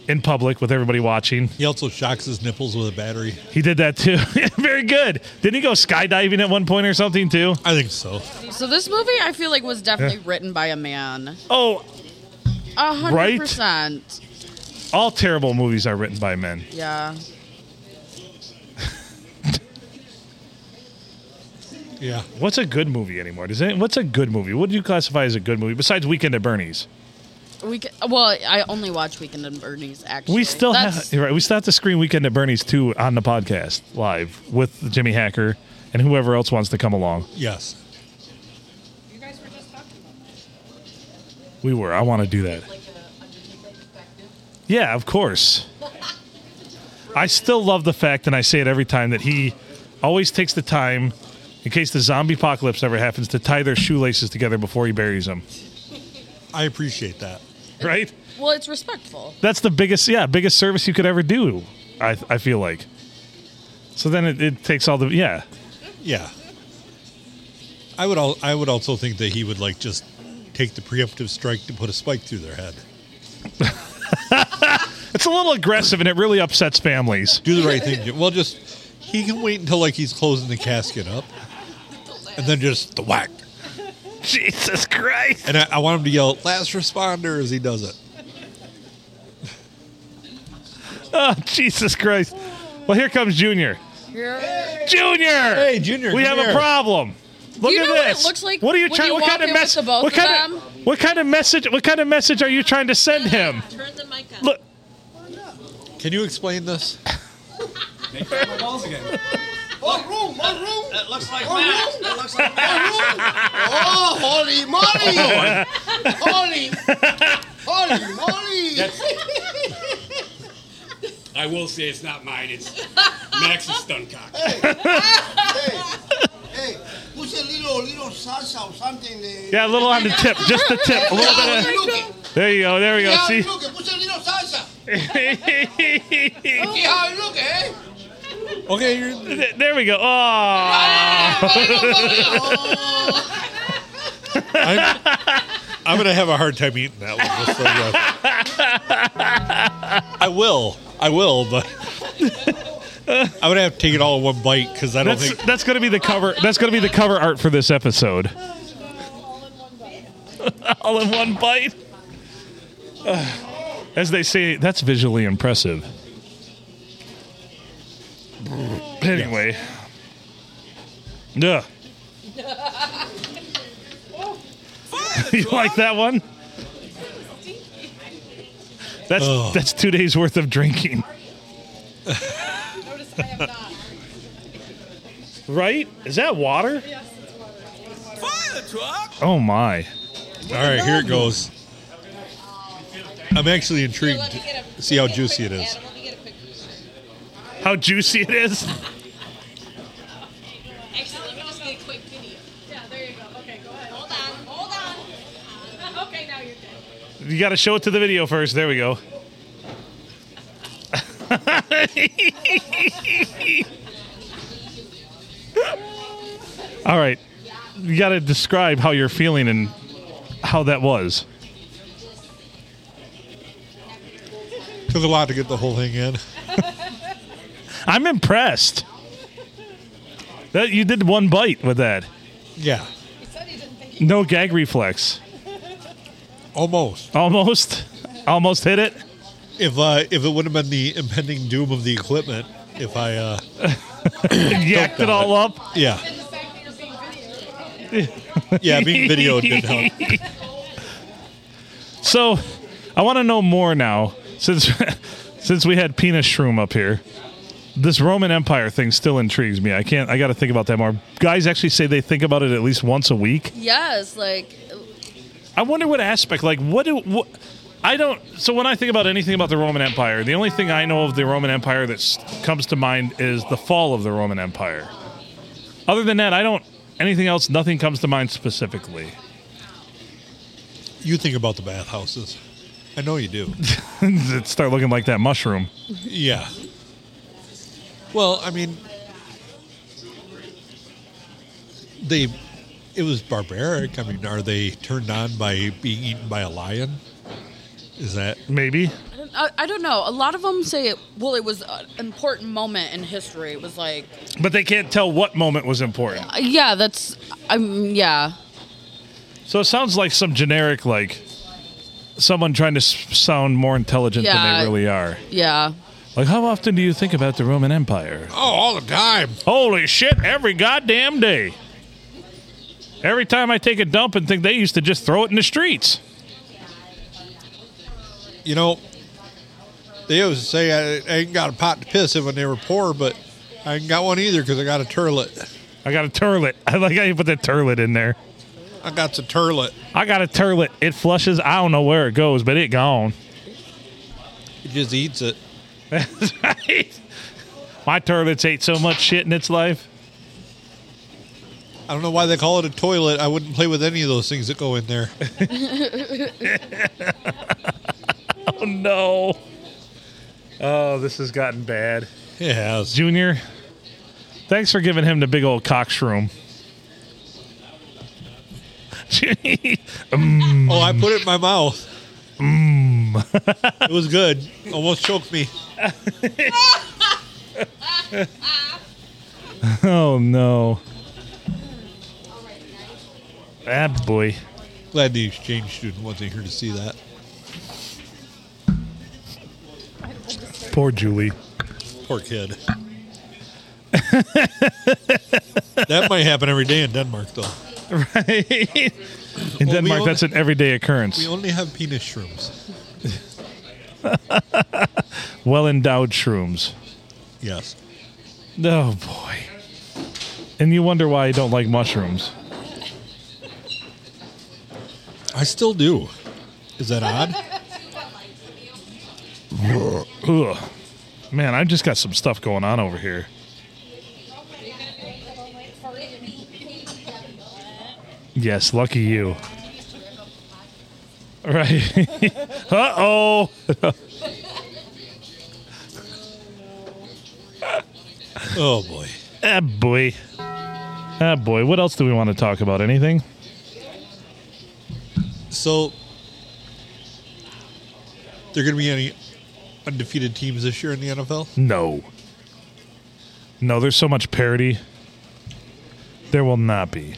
[SPEAKER 1] In public with everybody watching.
[SPEAKER 2] He also shocks his nipples with a battery.
[SPEAKER 1] He did that too. Very good. Didn't he go skydiving at one point or something too?
[SPEAKER 2] I think so.
[SPEAKER 5] So this movie, I feel like, was definitely written by a man.
[SPEAKER 1] Oh,
[SPEAKER 5] A hundred
[SPEAKER 1] Right?
[SPEAKER 5] percent.
[SPEAKER 1] all terrible movies are written by men.
[SPEAKER 5] Yeah.
[SPEAKER 2] Yeah.
[SPEAKER 1] What's a good movie anymore? Does it, what's a good movie? What do you classify as a good movie besides Weekend at Bernie's?
[SPEAKER 5] We c well, I only watch Weekend at Bernie's. Actually,
[SPEAKER 1] We still
[SPEAKER 5] That's-
[SPEAKER 1] have right, we still have to screen Weekend at Bernie's too on the podcast live with Jimmy Hacker and whoever else wants to come along.
[SPEAKER 2] Yes.
[SPEAKER 3] You guys were just talking about
[SPEAKER 1] We were. I want to do that.
[SPEAKER 3] like the Undertaker perspective.
[SPEAKER 1] Yeah, of course. I still love the fact, and I say it every time, that he always takes the time, in case the zombie apocalypse ever happens, to tie their shoelaces together before he buries them.
[SPEAKER 2] I appreciate that.
[SPEAKER 1] Right?
[SPEAKER 5] Well, it's respectful.
[SPEAKER 1] That's the biggest, yeah, biggest service you could ever do. I, I feel like. So then it, it takes all the yeah.
[SPEAKER 2] Yeah. I would al- I would also think that he would like just take the preemptive strike to put a spike through their head.
[SPEAKER 1] It's a little aggressive, and it really upsets families.
[SPEAKER 2] Do the right thing. Jim. Well, just he can wait until like he's closing the casket up, and then just the whack.
[SPEAKER 1] Jesus Christ!
[SPEAKER 2] And I, I want him to yell "last responder" as he does it.
[SPEAKER 1] Oh, Jesus Christ! Well, here comes Junior. Junior.
[SPEAKER 2] Hey, Junior,
[SPEAKER 1] We
[SPEAKER 2] come
[SPEAKER 1] have a
[SPEAKER 2] here.
[SPEAKER 1] problem. Look
[SPEAKER 5] You
[SPEAKER 1] at
[SPEAKER 5] know what
[SPEAKER 1] this.
[SPEAKER 5] it looks like
[SPEAKER 1] What are you
[SPEAKER 5] when
[SPEAKER 1] trying?
[SPEAKER 5] you
[SPEAKER 1] What
[SPEAKER 5] walk
[SPEAKER 1] kind of
[SPEAKER 5] in with
[SPEAKER 1] mess?
[SPEAKER 5] the both
[SPEAKER 1] What
[SPEAKER 5] of
[SPEAKER 1] kind
[SPEAKER 5] them?
[SPEAKER 1] of what kind of message? What kind of message are you trying to send him?
[SPEAKER 3] Turn the mic on.
[SPEAKER 1] Look,
[SPEAKER 2] Can you explain this?
[SPEAKER 4] They cut my balls again.
[SPEAKER 6] One room, one room.
[SPEAKER 7] It looks like
[SPEAKER 6] One room.
[SPEAKER 7] that.
[SPEAKER 6] It looks like that. One room. Oh, holy moly! holy, holy moly!
[SPEAKER 4] I will say it's not mine. It's Max's stunt cock.
[SPEAKER 6] hey, put a little, little salsa or something. eh?
[SPEAKER 1] Yeah, a little on the tip, just the tip. A little
[SPEAKER 6] Yeah,
[SPEAKER 1] bit of.
[SPEAKER 6] look it.
[SPEAKER 1] There you go. There we go.
[SPEAKER 6] Yeah,
[SPEAKER 1] See.
[SPEAKER 6] look it. Put a little salsa.
[SPEAKER 1] there
[SPEAKER 6] See how it look, eh?
[SPEAKER 2] Okay, you're,
[SPEAKER 1] we go. Oh.
[SPEAKER 6] Oh,
[SPEAKER 2] I'm, I'm gonna have a hard time eating that one. Just so you know. I will, I will, but I'm gonna have to take it all in one bite because I don't
[SPEAKER 1] That's
[SPEAKER 2] think
[SPEAKER 1] that's gonna be the cover. That's gonna be the cover art for this episode. All in one bite. Ugh. As they say, that's visually impressive. Anyway. Yeah. you like that one? That's
[SPEAKER 2] Ugh.
[SPEAKER 1] that's two days worth of drinking.
[SPEAKER 3] Notice I have not.
[SPEAKER 1] Right? Is that water?
[SPEAKER 7] Fire the truck.
[SPEAKER 1] Oh my.
[SPEAKER 2] All right, here it goes. I'm actually intrigued
[SPEAKER 3] Let me
[SPEAKER 2] to
[SPEAKER 3] get a-
[SPEAKER 2] see how
[SPEAKER 3] let me get a
[SPEAKER 2] juicy it
[SPEAKER 3] quick-
[SPEAKER 2] is.
[SPEAKER 3] Adam, let me get a quick picture.
[SPEAKER 1] How juicy it is.
[SPEAKER 3] Actually, let me just get a quick video. Yeah, there you go. Okay, go ahead. Hold on, hold on. Okay, now you're good.
[SPEAKER 1] You got to show it to the video first. There we go. All right. You got to describe how you're feeling and how that was.
[SPEAKER 2] Took a lot to get the whole thing in.
[SPEAKER 1] I'm impressed. That you did one bite with that.
[SPEAKER 2] Yeah,
[SPEAKER 3] He said he didn't think he
[SPEAKER 1] No gag reflex.
[SPEAKER 2] almost.
[SPEAKER 1] Almost almost hit it.
[SPEAKER 2] If uh, if it would have been the impending doom of the equipment, if I uh,
[SPEAKER 1] Yacked it all up.
[SPEAKER 2] yeah
[SPEAKER 3] did the fact that you're being videoed.
[SPEAKER 2] yeah being videoed did help.
[SPEAKER 1] So, I want to know more now since since we had penis shroom up here. This Roman Empire thing still intrigues me. I can't. I got to think about that more. Guys actually say they think about it at least once a week.
[SPEAKER 5] Yes, like
[SPEAKER 1] I wonder what aspect. Like, what do what? I don't. So when I think about anything about the Roman Empire, the only thing I know of the Roman Empire that s- comes to mind is the fall of the Roman Empire. Other than that, I don't. Anything else? Nothing comes to mind specifically.
[SPEAKER 2] You think about the bathhouses. I know you do.
[SPEAKER 1] Start looking like that mushroom.
[SPEAKER 2] Yeah. Well, I mean, they. It was barbaric. I mean, are they turned on by being eaten by a lion? Is that
[SPEAKER 1] Maybe.
[SPEAKER 5] I, I don't know. A lot of them say, it, well, it was an important moment in history. It was like,
[SPEAKER 1] But they can't tell what moment was important.
[SPEAKER 5] uh, yeah, that's, I'm, yeah.
[SPEAKER 1] So it sounds like some generic, like someone trying to s- sound more intelligent than
[SPEAKER 5] Yeah.
[SPEAKER 1] they really are.
[SPEAKER 5] Yeah.
[SPEAKER 1] Like, how often do you think about the Roman Empire?
[SPEAKER 2] oh, all the time?
[SPEAKER 1] Holy shit, every goddamn day. Every time I take a dump and think they used to just throw it in the streets.
[SPEAKER 2] You know, they always say I, I ain't got a pot to piss in when they were poor, but I ain't got one either because I got a turlet.
[SPEAKER 1] I got a turlet. I like how you put the turlet in there.
[SPEAKER 2] I got the turlet.
[SPEAKER 1] I got a turlet. It flushes. I don't know where it goes, but it gone.
[SPEAKER 2] It just eats it.
[SPEAKER 1] That's right. My turlet's ate so much shit in its life.
[SPEAKER 2] I don't know why they call it a toilet. I wouldn't play with any of those things that go in there.
[SPEAKER 1] Oh no. Oh, this has gotten bad.
[SPEAKER 2] It has.
[SPEAKER 1] Junior, thanks for giving him the big old cock shroom.
[SPEAKER 2] Oh, I put it in my mouth. Mm. Mmm. it was good. Almost choked me.
[SPEAKER 1] oh no. Ah boy.
[SPEAKER 2] Glad the exchange student wasn't here to see that.
[SPEAKER 1] Poor Julie.
[SPEAKER 2] Poor kid. that might happen every day in Denmark, though.
[SPEAKER 1] Right? In
[SPEAKER 2] Well, we
[SPEAKER 1] Denmark,
[SPEAKER 2] only-
[SPEAKER 1] that's an everyday occurrence.
[SPEAKER 2] We only have penis shrooms.
[SPEAKER 1] well endowed shrooms.
[SPEAKER 2] Yes.
[SPEAKER 1] Oh boy. And you wonder why I don't like mushrooms.
[SPEAKER 2] I still do. Is that odd?
[SPEAKER 1] Ugh. Man, I just got some stuff going on over here. Yes, lucky you. Right. uh oh.
[SPEAKER 2] oh boy.
[SPEAKER 1] Ah, boy. Ah, boy. What else do we want to talk about? Anything?
[SPEAKER 2] So there going to be any undefeated teams this year in the NFL?
[SPEAKER 1] No. No, there's so much parody. There will not be.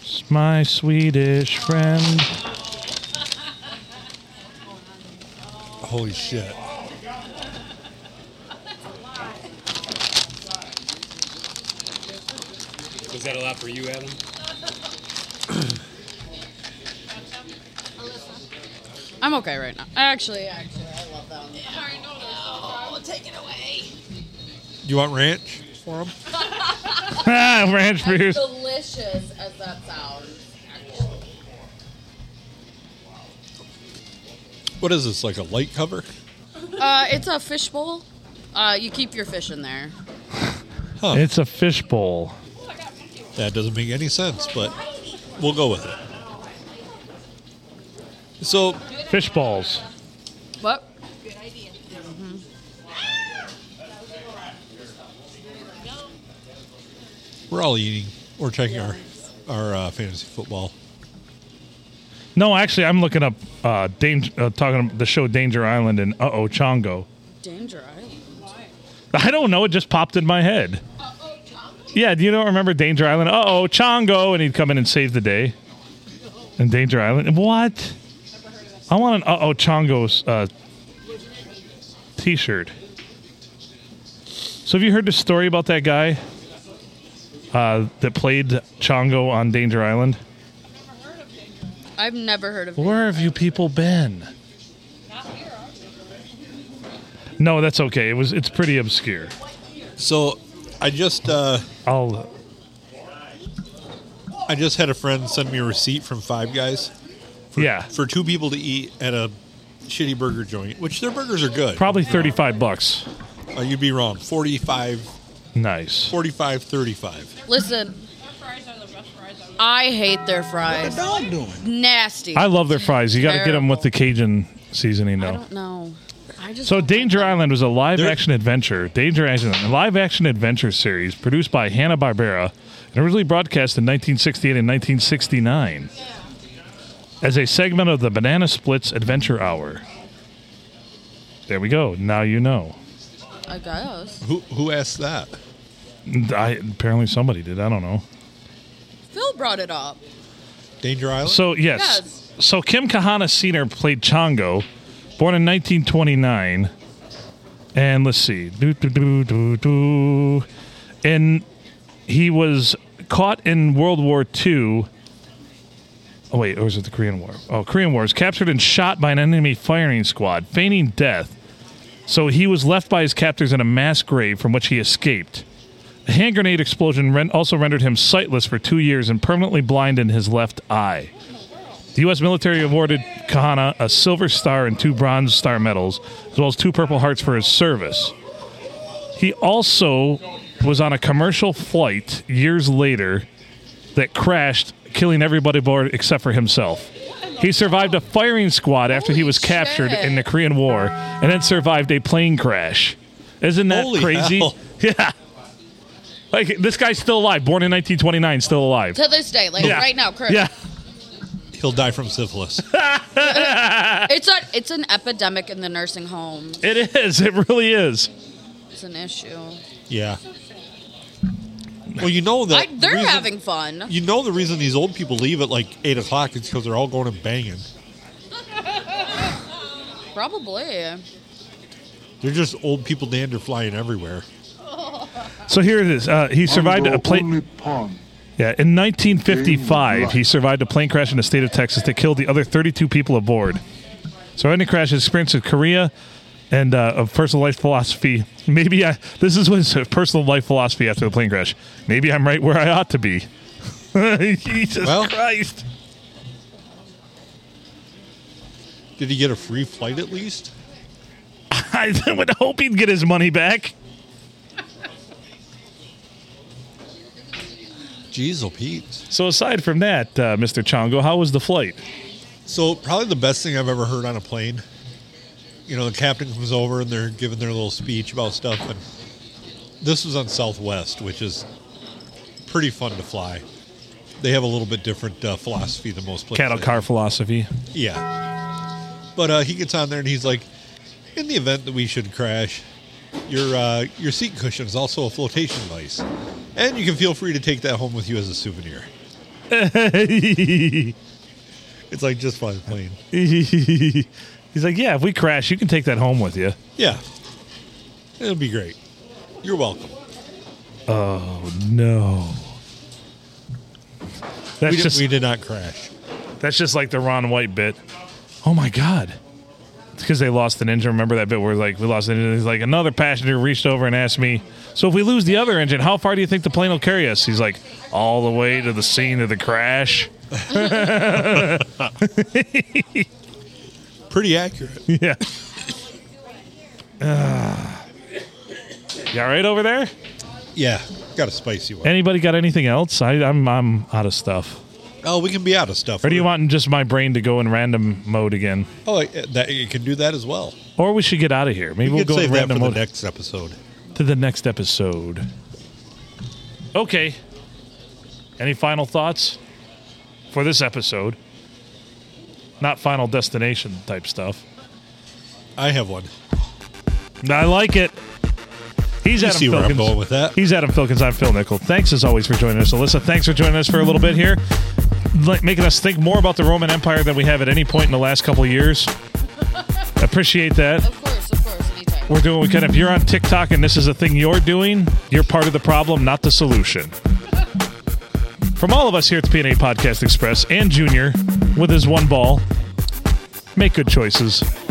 [SPEAKER 1] It's my Swedish friend.
[SPEAKER 2] Holy shit.
[SPEAKER 8] Was that a lot for you, Adam?
[SPEAKER 5] I'm okay right now. Actually, actually, I love that one.
[SPEAKER 2] You want ranch for them?
[SPEAKER 1] Ah, ranch beers.
[SPEAKER 5] delicious as that sounds.
[SPEAKER 2] What is this? Like a light cover?
[SPEAKER 5] Uh, it's a fishbowl. Uh, you keep your fish in there.
[SPEAKER 1] It's a fishbowl.
[SPEAKER 2] That doesn't make any sense, but we'll go with it. So
[SPEAKER 1] Fish balls.
[SPEAKER 5] What?
[SPEAKER 2] we're all eating. We're checking our our uh, fantasy football.
[SPEAKER 1] No, actually, I'm looking up uh, danger, uh, talking about the show Danger Island and Uh Oh Chongo.
[SPEAKER 5] Danger Island.
[SPEAKER 1] I don't know. It just popped in my head. Yeah, do you don't remember Danger Island? Uh oh, Chongo, and he'd come in and save the day. And Danger Island, what? I want an uh oh Chongo uh, T-shirt. So have you heard the story about that guy uh, that played Chongo on Danger Island?
[SPEAKER 5] I've never heard of.
[SPEAKER 1] Where have you people been? No, that's okay. It was. It's pretty obscure.
[SPEAKER 2] So I just uh,
[SPEAKER 1] I'll.
[SPEAKER 2] I just had a friend send me a receipt from Five Guys
[SPEAKER 1] Yeah,
[SPEAKER 2] for two people to eat at a shitty burger joint, which their burgers are good.
[SPEAKER 1] probably thirty-five bucks.
[SPEAKER 2] Uh, you'd be wrong. 45,
[SPEAKER 1] Nice.
[SPEAKER 2] 45, 35.
[SPEAKER 5] Listen,
[SPEAKER 3] Their fries are the best fries I've
[SPEAKER 5] I hate their fries.
[SPEAKER 6] dog doing?
[SPEAKER 5] Nasty.
[SPEAKER 1] I love their fries. You got to get them with the Cajun seasoning
[SPEAKER 5] I
[SPEAKER 1] though.
[SPEAKER 5] don't know. I just
[SPEAKER 1] So
[SPEAKER 5] don't
[SPEAKER 1] Danger
[SPEAKER 5] like them.
[SPEAKER 1] Island was a
[SPEAKER 2] There-
[SPEAKER 1] live-action adventure. Danger Island, a live-action adventure series produced by Hanna Barbera, and originally broadcast in 1968 and 1969 as a segment of the Banana Splits Adventure Hour. There we go. Now you know.
[SPEAKER 5] I guess.
[SPEAKER 2] Who who asked that?
[SPEAKER 1] I apparently somebody did. I don't know.
[SPEAKER 5] Phil brought it up.
[SPEAKER 2] Danger Island.
[SPEAKER 1] So yes.
[SPEAKER 5] Yes.
[SPEAKER 1] So Kim Kahana Senior played Chongo, born in 1929, and let's see, do, do, do, do, do. and he was caught in World War II. Oh wait, or was it the Korean War? Oh, Korean War. Is captured and shot by an enemy firing squad, feigning death. So he was left by his captors in a mass grave from which he escaped. A hand grenade explosion ren- also rendered him sightless for two years and permanently blind in his left eye. The U.S. military awarded Kahana a Silver Star and two Bronze Star medals, as well as two Purple Hearts for his service. He also was on a commercial flight years later that crashed, killing everybody aboard except for himself. He survived a firing squad after he
[SPEAKER 5] Holy
[SPEAKER 1] was captured
[SPEAKER 5] shit.
[SPEAKER 1] in the Korean War and then survived a plane crash. Isn't that
[SPEAKER 2] Holy
[SPEAKER 1] crazy?
[SPEAKER 2] hell.
[SPEAKER 1] Yeah. Like this guy's still alive, born in 1929, still alive.
[SPEAKER 5] To this day, like
[SPEAKER 1] Yeah.
[SPEAKER 5] right now, Chris.
[SPEAKER 1] Yeah.
[SPEAKER 2] He'll die from syphilis.
[SPEAKER 5] It's a it's an epidemic in the nursing home.
[SPEAKER 1] It is. It really is.
[SPEAKER 5] It's an issue.
[SPEAKER 2] yeah. Well, you know that
[SPEAKER 5] I, they're
[SPEAKER 2] reason-
[SPEAKER 5] having fun.
[SPEAKER 2] You know the reason these old people leave at like eight o'clock is because they're all going and banging.
[SPEAKER 5] Probably.
[SPEAKER 2] They're just old people dander flying everywhere.
[SPEAKER 1] So here it is. Uh, he survived a plane. Yeah, in 1955, he survived a plane crash in the state of Texas that killed the other 32 people aboard. Surviving the crash, his experience of Korea, and uh, of personal life philosophy. Maybe I. This is his personal life philosophy after the plane crash. Maybe I'm right where I ought to be. Jesus
[SPEAKER 2] Well-
[SPEAKER 1] Christ.
[SPEAKER 2] Did he get a free flight at least?
[SPEAKER 1] I would hope he'd get his money back.
[SPEAKER 2] Jeez, oh Pete.
[SPEAKER 1] So aside from that, uh, Mr. Chongo, how was the flight?
[SPEAKER 2] So probably the best thing I've ever heard on a plane. You know, the captain comes over and they're giving their little speech about stuff, and this was on Southwest, which is pretty fun to fly. They have a little bit different uh, philosophy than most places.
[SPEAKER 1] Cattle car philosophy.
[SPEAKER 2] Yeah. But uh, he gets on there and he's like, in the event that we should crash, your uh, your seat cushion is also a flotation device, and you can feel free to take that home with you as a souvenir. It's like just fly the plane.
[SPEAKER 1] He's like, yeah, if we crash, you can take that home with you.
[SPEAKER 2] Yeah, it'll be great. You're welcome.
[SPEAKER 1] No.
[SPEAKER 2] We
[SPEAKER 1] That's
[SPEAKER 2] did,
[SPEAKER 1] just
[SPEAKER 2] we did not crash.
[SPEAKER 1] that's just like the Ron White bit. Oh my god. It's because they lost an engine. Remember that bit where like we lost an engine. He's like another passenger reached over and asked me, "So if we lose the other engine, how far do you think the plane will carry us?" He's like, "All the way to the scene of the crash."
[SPEAKER 2] Pretty accurate.
[SPEAKER 1] Yeah. Ah. you all right over there?
[SPEAKER 2] Yeah, got a spicy one.
[SPEAKER 1] Anybody got anything else? I, I'm I'm out of stuff.
[SPEAKER 2] Oh, we can be out of stuff.
[SPEAKER 1] Or do you want just my brain to go in random mode again?
[SPEAKER 2] Oh, uh, that you can do that as well.
[SPEAKER 1] Or we should get out of here. Maybe
[SPEAKER 2] You
[SPEAKER 1] we'll
[SPEAKER 2] can
[SPEAKER 1] go in
[SPEAKER 2] save that for
[SPEAKER 1] random
[SPEAKER 2] the
[SPEAKER 1] mode
[SPEAKER 2] next episode.
[SPEAKER 1] to the next episode. Okay. Any final thoughts for this episode? Not final destination type stuff.
[SPEAKER 2] I have one.
[SPEAKER 1] I like it. He's
[SPEAKER 2] You
[SPEAKER 1] Adam
[SPEAKER 2] see where I'm
[SPEAKER 1] Filkins.
[SPEAKER 2] going with that.
[SPEAKER 1] He's Adam Filkins. I'm Phil Nickel. Thanks as always for joining us, Alyssa. Thanks for joining us for a little bit here, like making us think more about the Roman Empire than we have at any point in the last couple of years. Appreciate that.
[SPEAKER 5] Of course, of course, anytime.
[SPEAKER 1] We're doing what we can. If you're on TikTok and this is a thing you're doing, you're part of the problem, not the solution. From all of us here at the PNA Podcast Express and Junior with his one ball, make good choices.